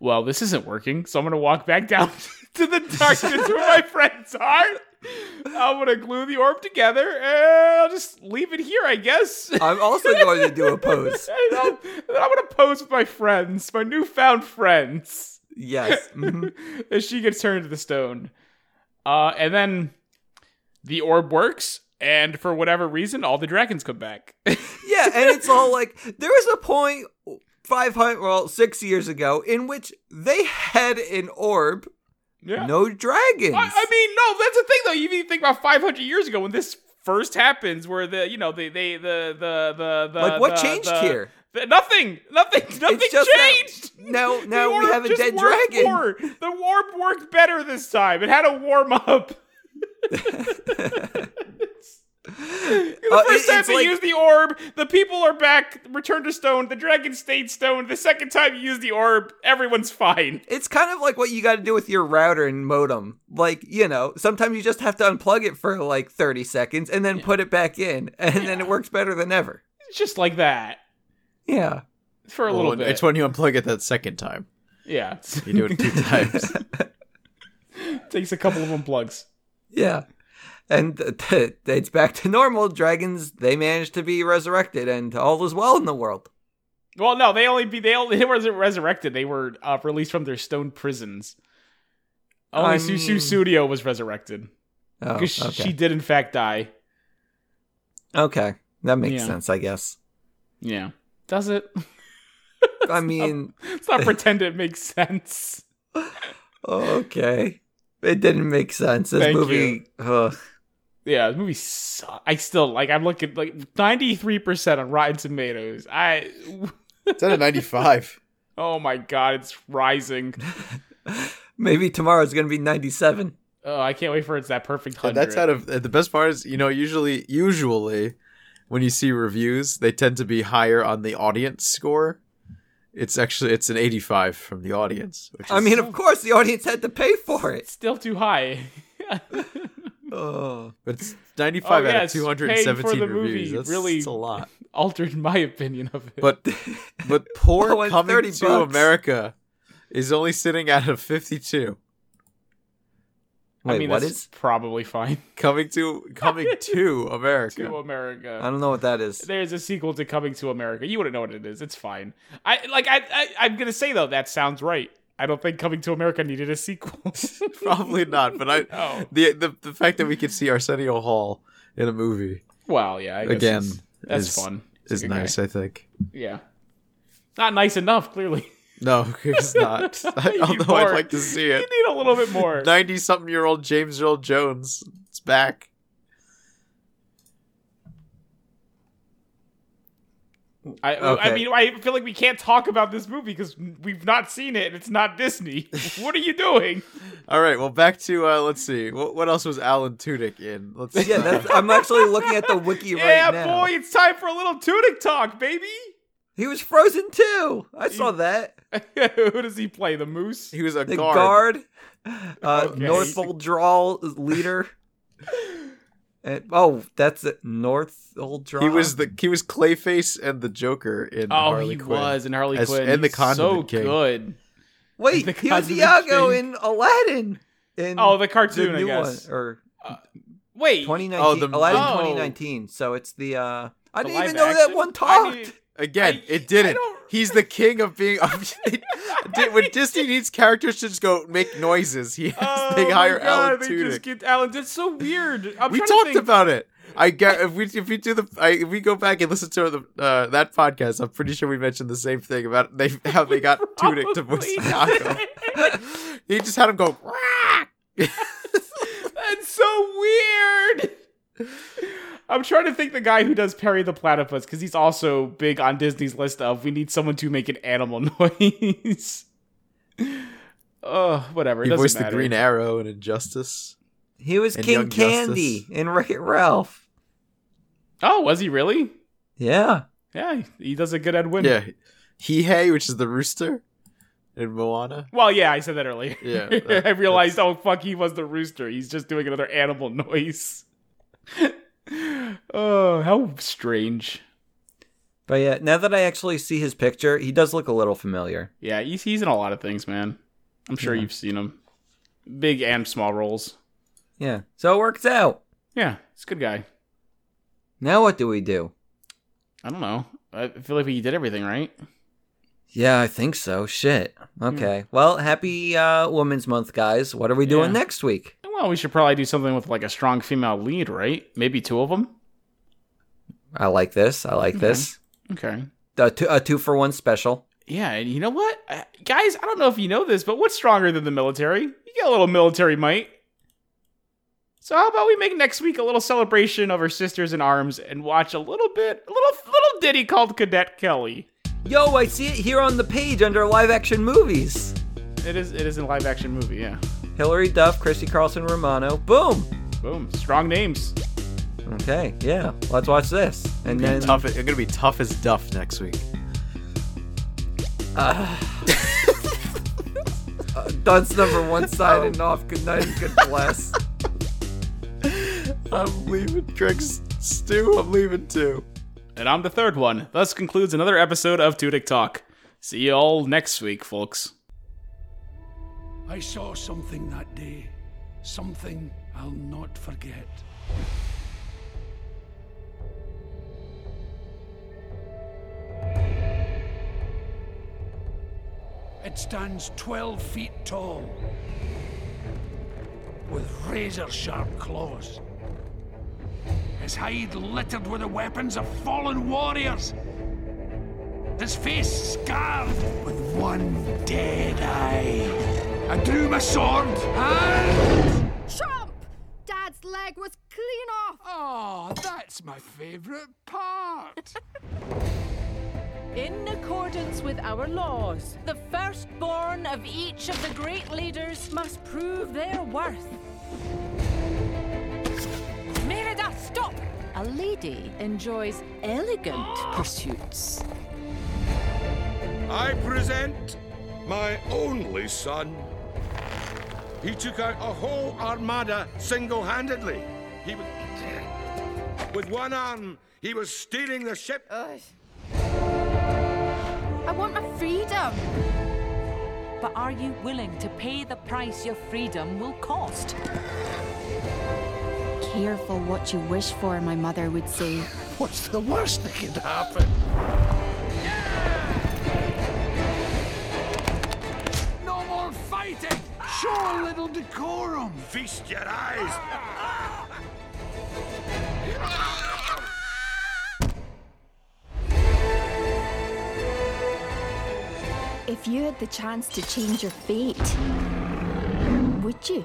S4: well, this isn't working, so I'm gonna walk back down to the darkness where my friends are. I'm gonna glue the orb together, and I'll just leave it here, I guess.
S2: I'm also going to do a pose.
S4: And I'll- and I'm gonna pose with my friends, my newfound friends,
S2: Yes. mhm.
S4: as she gets turned to the stone. Uh, and then the orb works, and for whatever reason, all the dragons come back.
S2: Yeah, and it's all like there was a point 500 well 6 years ago in which they had an orb,
S4: yeah.
S2: no dragons.
S4: I, I mean, no, that's the thing though. You even think about 500 years ago when this first happens, where the you know they they the the the, the
S2: like what
S4: the-
S2: changed
S4: the-
S2: here?
S4: the- nothing, nothing, nothing
S2: just that
S4: changed.
S2: now-
S4: The
S2: now we
S4: orb
S2: have a
S4: just
S2: dead
S4: worked
S2: dragon.
S4: more. The orb worked better this time. It had a warm up. The
S2: Uh,
S4: first
S2: it-
S4: time
S2: it's
S4: they
S2: like-
S4: used the orb, the people are back, returned to stone, the dragon stayed stone. The second time you use the orb, everyone's fine.
S2: It's kind of like what you got to do with your router and modem. Like, you know, sometimes you just have to unplug it for like 30 seconds and then put it back in and then it works better than ever.
S4: It's Just like that.
S2: Yeah.
S4: For a
S3: Well,
S4: little
S3: when-
S4: bit.
S3: It's when you unplug it that second time.
S4: yeah.
S3: You do it two times.
S4: Takes a couple of unplugs.
S2: Yeah. And th- th- it's back to normal. Dragons, they managed to be resurrected and all is well in the world.
S4: Well, no, they only be they only they wasn't resurrected. They were uh, released from their stone prisons. Only
S2: I
S4: Susu
S2: mean-
S4: Studio was resurrected
S2: Oh, okay.
S4: because she did in fact die.
S2: okay. That makes
S4: Yeah.
S2: sense, I guess.
S4: Yeah, does it?
S2: I mean,
S4: Let's not pretend it makes sense.
S2: okay. It didn't make sense. This
S4: Thank
S2: movie. Ugh.
S4: Yeah, the movie. Su- I still like. I'm looking like 93 percent on Rotten Tomatoes. I
S3: It's at a 95.
S4: oh my god, it's rising.
S2: Maybe tomorrow's going to be 97.
S4: Oh, I can't wait for it's that perfect
S3: And
S4: hundred.
S3: that's out of the best part is you know usually usually when you see reviews they tend to be higher on the audience score. It's actually it's an 85 from the audience. Which is,
S2: I mean, of course, the audience had to pay for it.
S4: still too high.
S2: Oh.
S3: but it's 95
S4: Oh,
S3: out
S4: yeah,
S3: of
S4: it's paying
S3: 217
S4: for the
S3: reviews.
S4: movie,
S3: that's,
S4: really.
S3: that's a lot.
S4: Altered my opinion of it.
S3: But but poor
S2: Oh, and
S3: coming
S2: 30
S3: to
S2: bucks.
S3: America is only sitting at a 52.
S2: Wait,
S4: I mean,
S2: what
S4: that's
S2: is?
S4: probably fine.
S3: Coming to coming to America.
S4: to America.
S2: I don't know what that is.
S4: There's a sequel to Coming to America. You wouldn't know what it is. It's fine. I like. I, I I'm gonna say though that sounds right. I don't think Coming to America needed a sequel.
S3: Probably not, but I
S4: No.
S3: the, the the fact that we could see Arsenio Hall in a movie
S4: well, yeah. I guess
S3: again
S4: it's- that's
S3: is-
S4: fun. He's
S3: is
S4: a good guy.
S3: nice. I think
S4: Yeah, not nice enough. Clearly,
S3: no, it's not. I,
S4: You need
S3: although I'd
S4: more.
S3: like to see
S4: you
S3: it.
S4: need a little bit more.
S3: Ninety something year old James Earl Jones. It's back.
S4: I,
S2: Okay.
S4: I mean, I feel like we can't talk about this movie because we've not seen it. and It's not Disney. what are you doing?
S3: All right. Well, back to uh, let's see. What, what else was Alan Tudyk in? Let's see.
S2: Yeah, that's, I'm actually looking at the wiki
S4: yeah,
S2: right now.
S4: boy, it's time for a little Tunic talk, baby.
S2: He was frozen too. I saw that.
S4: Who does he play? The moose?
S3: he was a
S2: The
S3: guard.
S2: guard, uh,
S4: Okay.
S2: Northold Drawl leader. And, oh, that's it. Northold Drawl.
S3: He was the he was Clayface and the Joker in
S4: Oh,
S3: Harley
S4: he
S3: Quinn.
S4: was in Harley
S3: As-
S4: Quinn.
S3: and the
S4: He's so
S3: Condiment King.
S4: good.
S2: wait.
S4: the
S2: he was
S4: cosmic
S2: Iago
S4: thing.
S2: in Aladdin. In
S4: Oh, the cartoon, I
S2: new
S4: guess.
S2: one or
S4: Wait,
S2: 2019.
S3: Oh, the-
S2: Aladdin
S4: oh.
S2: 2019. So it's the. uh I
S4: the
S2: didn't even
S4: live
S2: know that
S4: action?
S2: one
S4: I
S2: talked.
S4: didn't-
S3: Again,
S4: I-
S3: it
S4: I
S3: didn't.
S4: don't-
S3: He's the king of being. of- Di- when Disney needs characters to just go make noises, he has,
S4: Oh
S3: they
S4: my
S3: hire Alan
S4: God, they
S3: Tudyk.
S4: just get Alan. That's so weird. I'm
S3: we
S4: trying to
S3: talked
S4: think.
S3: about it. I get if we if we do the I, if we go back and listen to the, uh, that podcast, I'm pretty sure we mentioned the same thing about they how they got Tudyk to voice
S4: Probably.
S3: Iago. he just had him go. "Rah!"
S4: That's so weird. I'm trying to think the guy who does Perry the Platypus because he's also big on Disney's list of we need someone to make an animal noise. Oh, whatever. It
S3: He
S4: doesn't
S3: voiced the
S4: matter.
S3: Green Arrow in Injustice.
S2: He was
S3: And
S2: King
S3: Young Justice.
S2: Candy in Wreck It Ralph.
S4: Oh, was he really?
S2: Yeah.
S4: Yeah, he does a good Ed Wood.
S3: Yeah, he hey, which is the rooster in Moana.
S4: Well, yeah, I said that earlier.
S3: Yeah, that-
S4: I realized, oh fuck, he was the rooster. He's just doing another animal noise. oh, how strange.
S2: But yeah, now that I actually see his picture, he does look a little familiar.
S4: Yeah, he's he's in a lot of things, man. I'm sure
S2: Yeah.
S4: you've seen him, big and small roles.
S2: Yeah. So it works out.
S4: Yeah, he's a good guy.
S2: Now what do we do?
S4: I don't know. I feel like we did everything right.
S2: Yeah, I think so. Shit. Okay. Well, happy uh, Women's Month, guys. What are we doing
S4: Yeah.
S2: next week?
S4: Well, we should probably do something with like a strong female lead, right? Maybe two of them.
S2: I like this. I like this.
S4: Okay.
S2: A two, a two for one special.
S4: Yeah, and you know what, Uh, guys? I don't know if you know this, but what's stronger than the military? You get a little military might. So how about we make next week a little celebration of our sisters in arms and watch a little bit, a little little ditty called Cadet Kelly.
S2: Yo, I see it here on the page under live action movies.
S4: It is it is a live action movie, yeah.
S2: Hilary Duff, Christy Carlson Romano. Boom.
S4: Boom, strong names.
S2: Okay. Yeah. Let's watch this. And
S3: Be
S2: then
S3: tough. I'm gonna be tough as Duff next week.
S2: uh, dunce uh, number one side and off. Good night and good bless.
S3: I'm leaving Drake's stew. I'm leaving too.
S4: And I'm the third one. Thus concludes another episode of Tudic Talk. See you all next week, folks.
S6: I saw something that day, something I'll not forget. It stands 12 feet tall, with razor sharp claws. His hide littered with the weapons of fallen warriors. His face scarred with one dead eye. I drew my sword and.
S7: Chomp! Dad's leg was clean off.
S6: Oh, that's my favourite part.
S8: In accordance with our laws, the firstborn of each of the great leaders must prove their worth. Merida, stop! A lady enjoys elegant pursuits.
S6: I present my only son. He took out a whole armada single handedly. He was. With one arm, he was steering the ship.
S7: I want my freedom.
S8: but are you willing to pay the price your freedom will cost?
S9: Careful what you wish for, my mother would say.
S6: What's the worst that could happen? No more fighting! Show a little decorum! Feast your eyes!
S9: If you had the chance to change your fate, would you?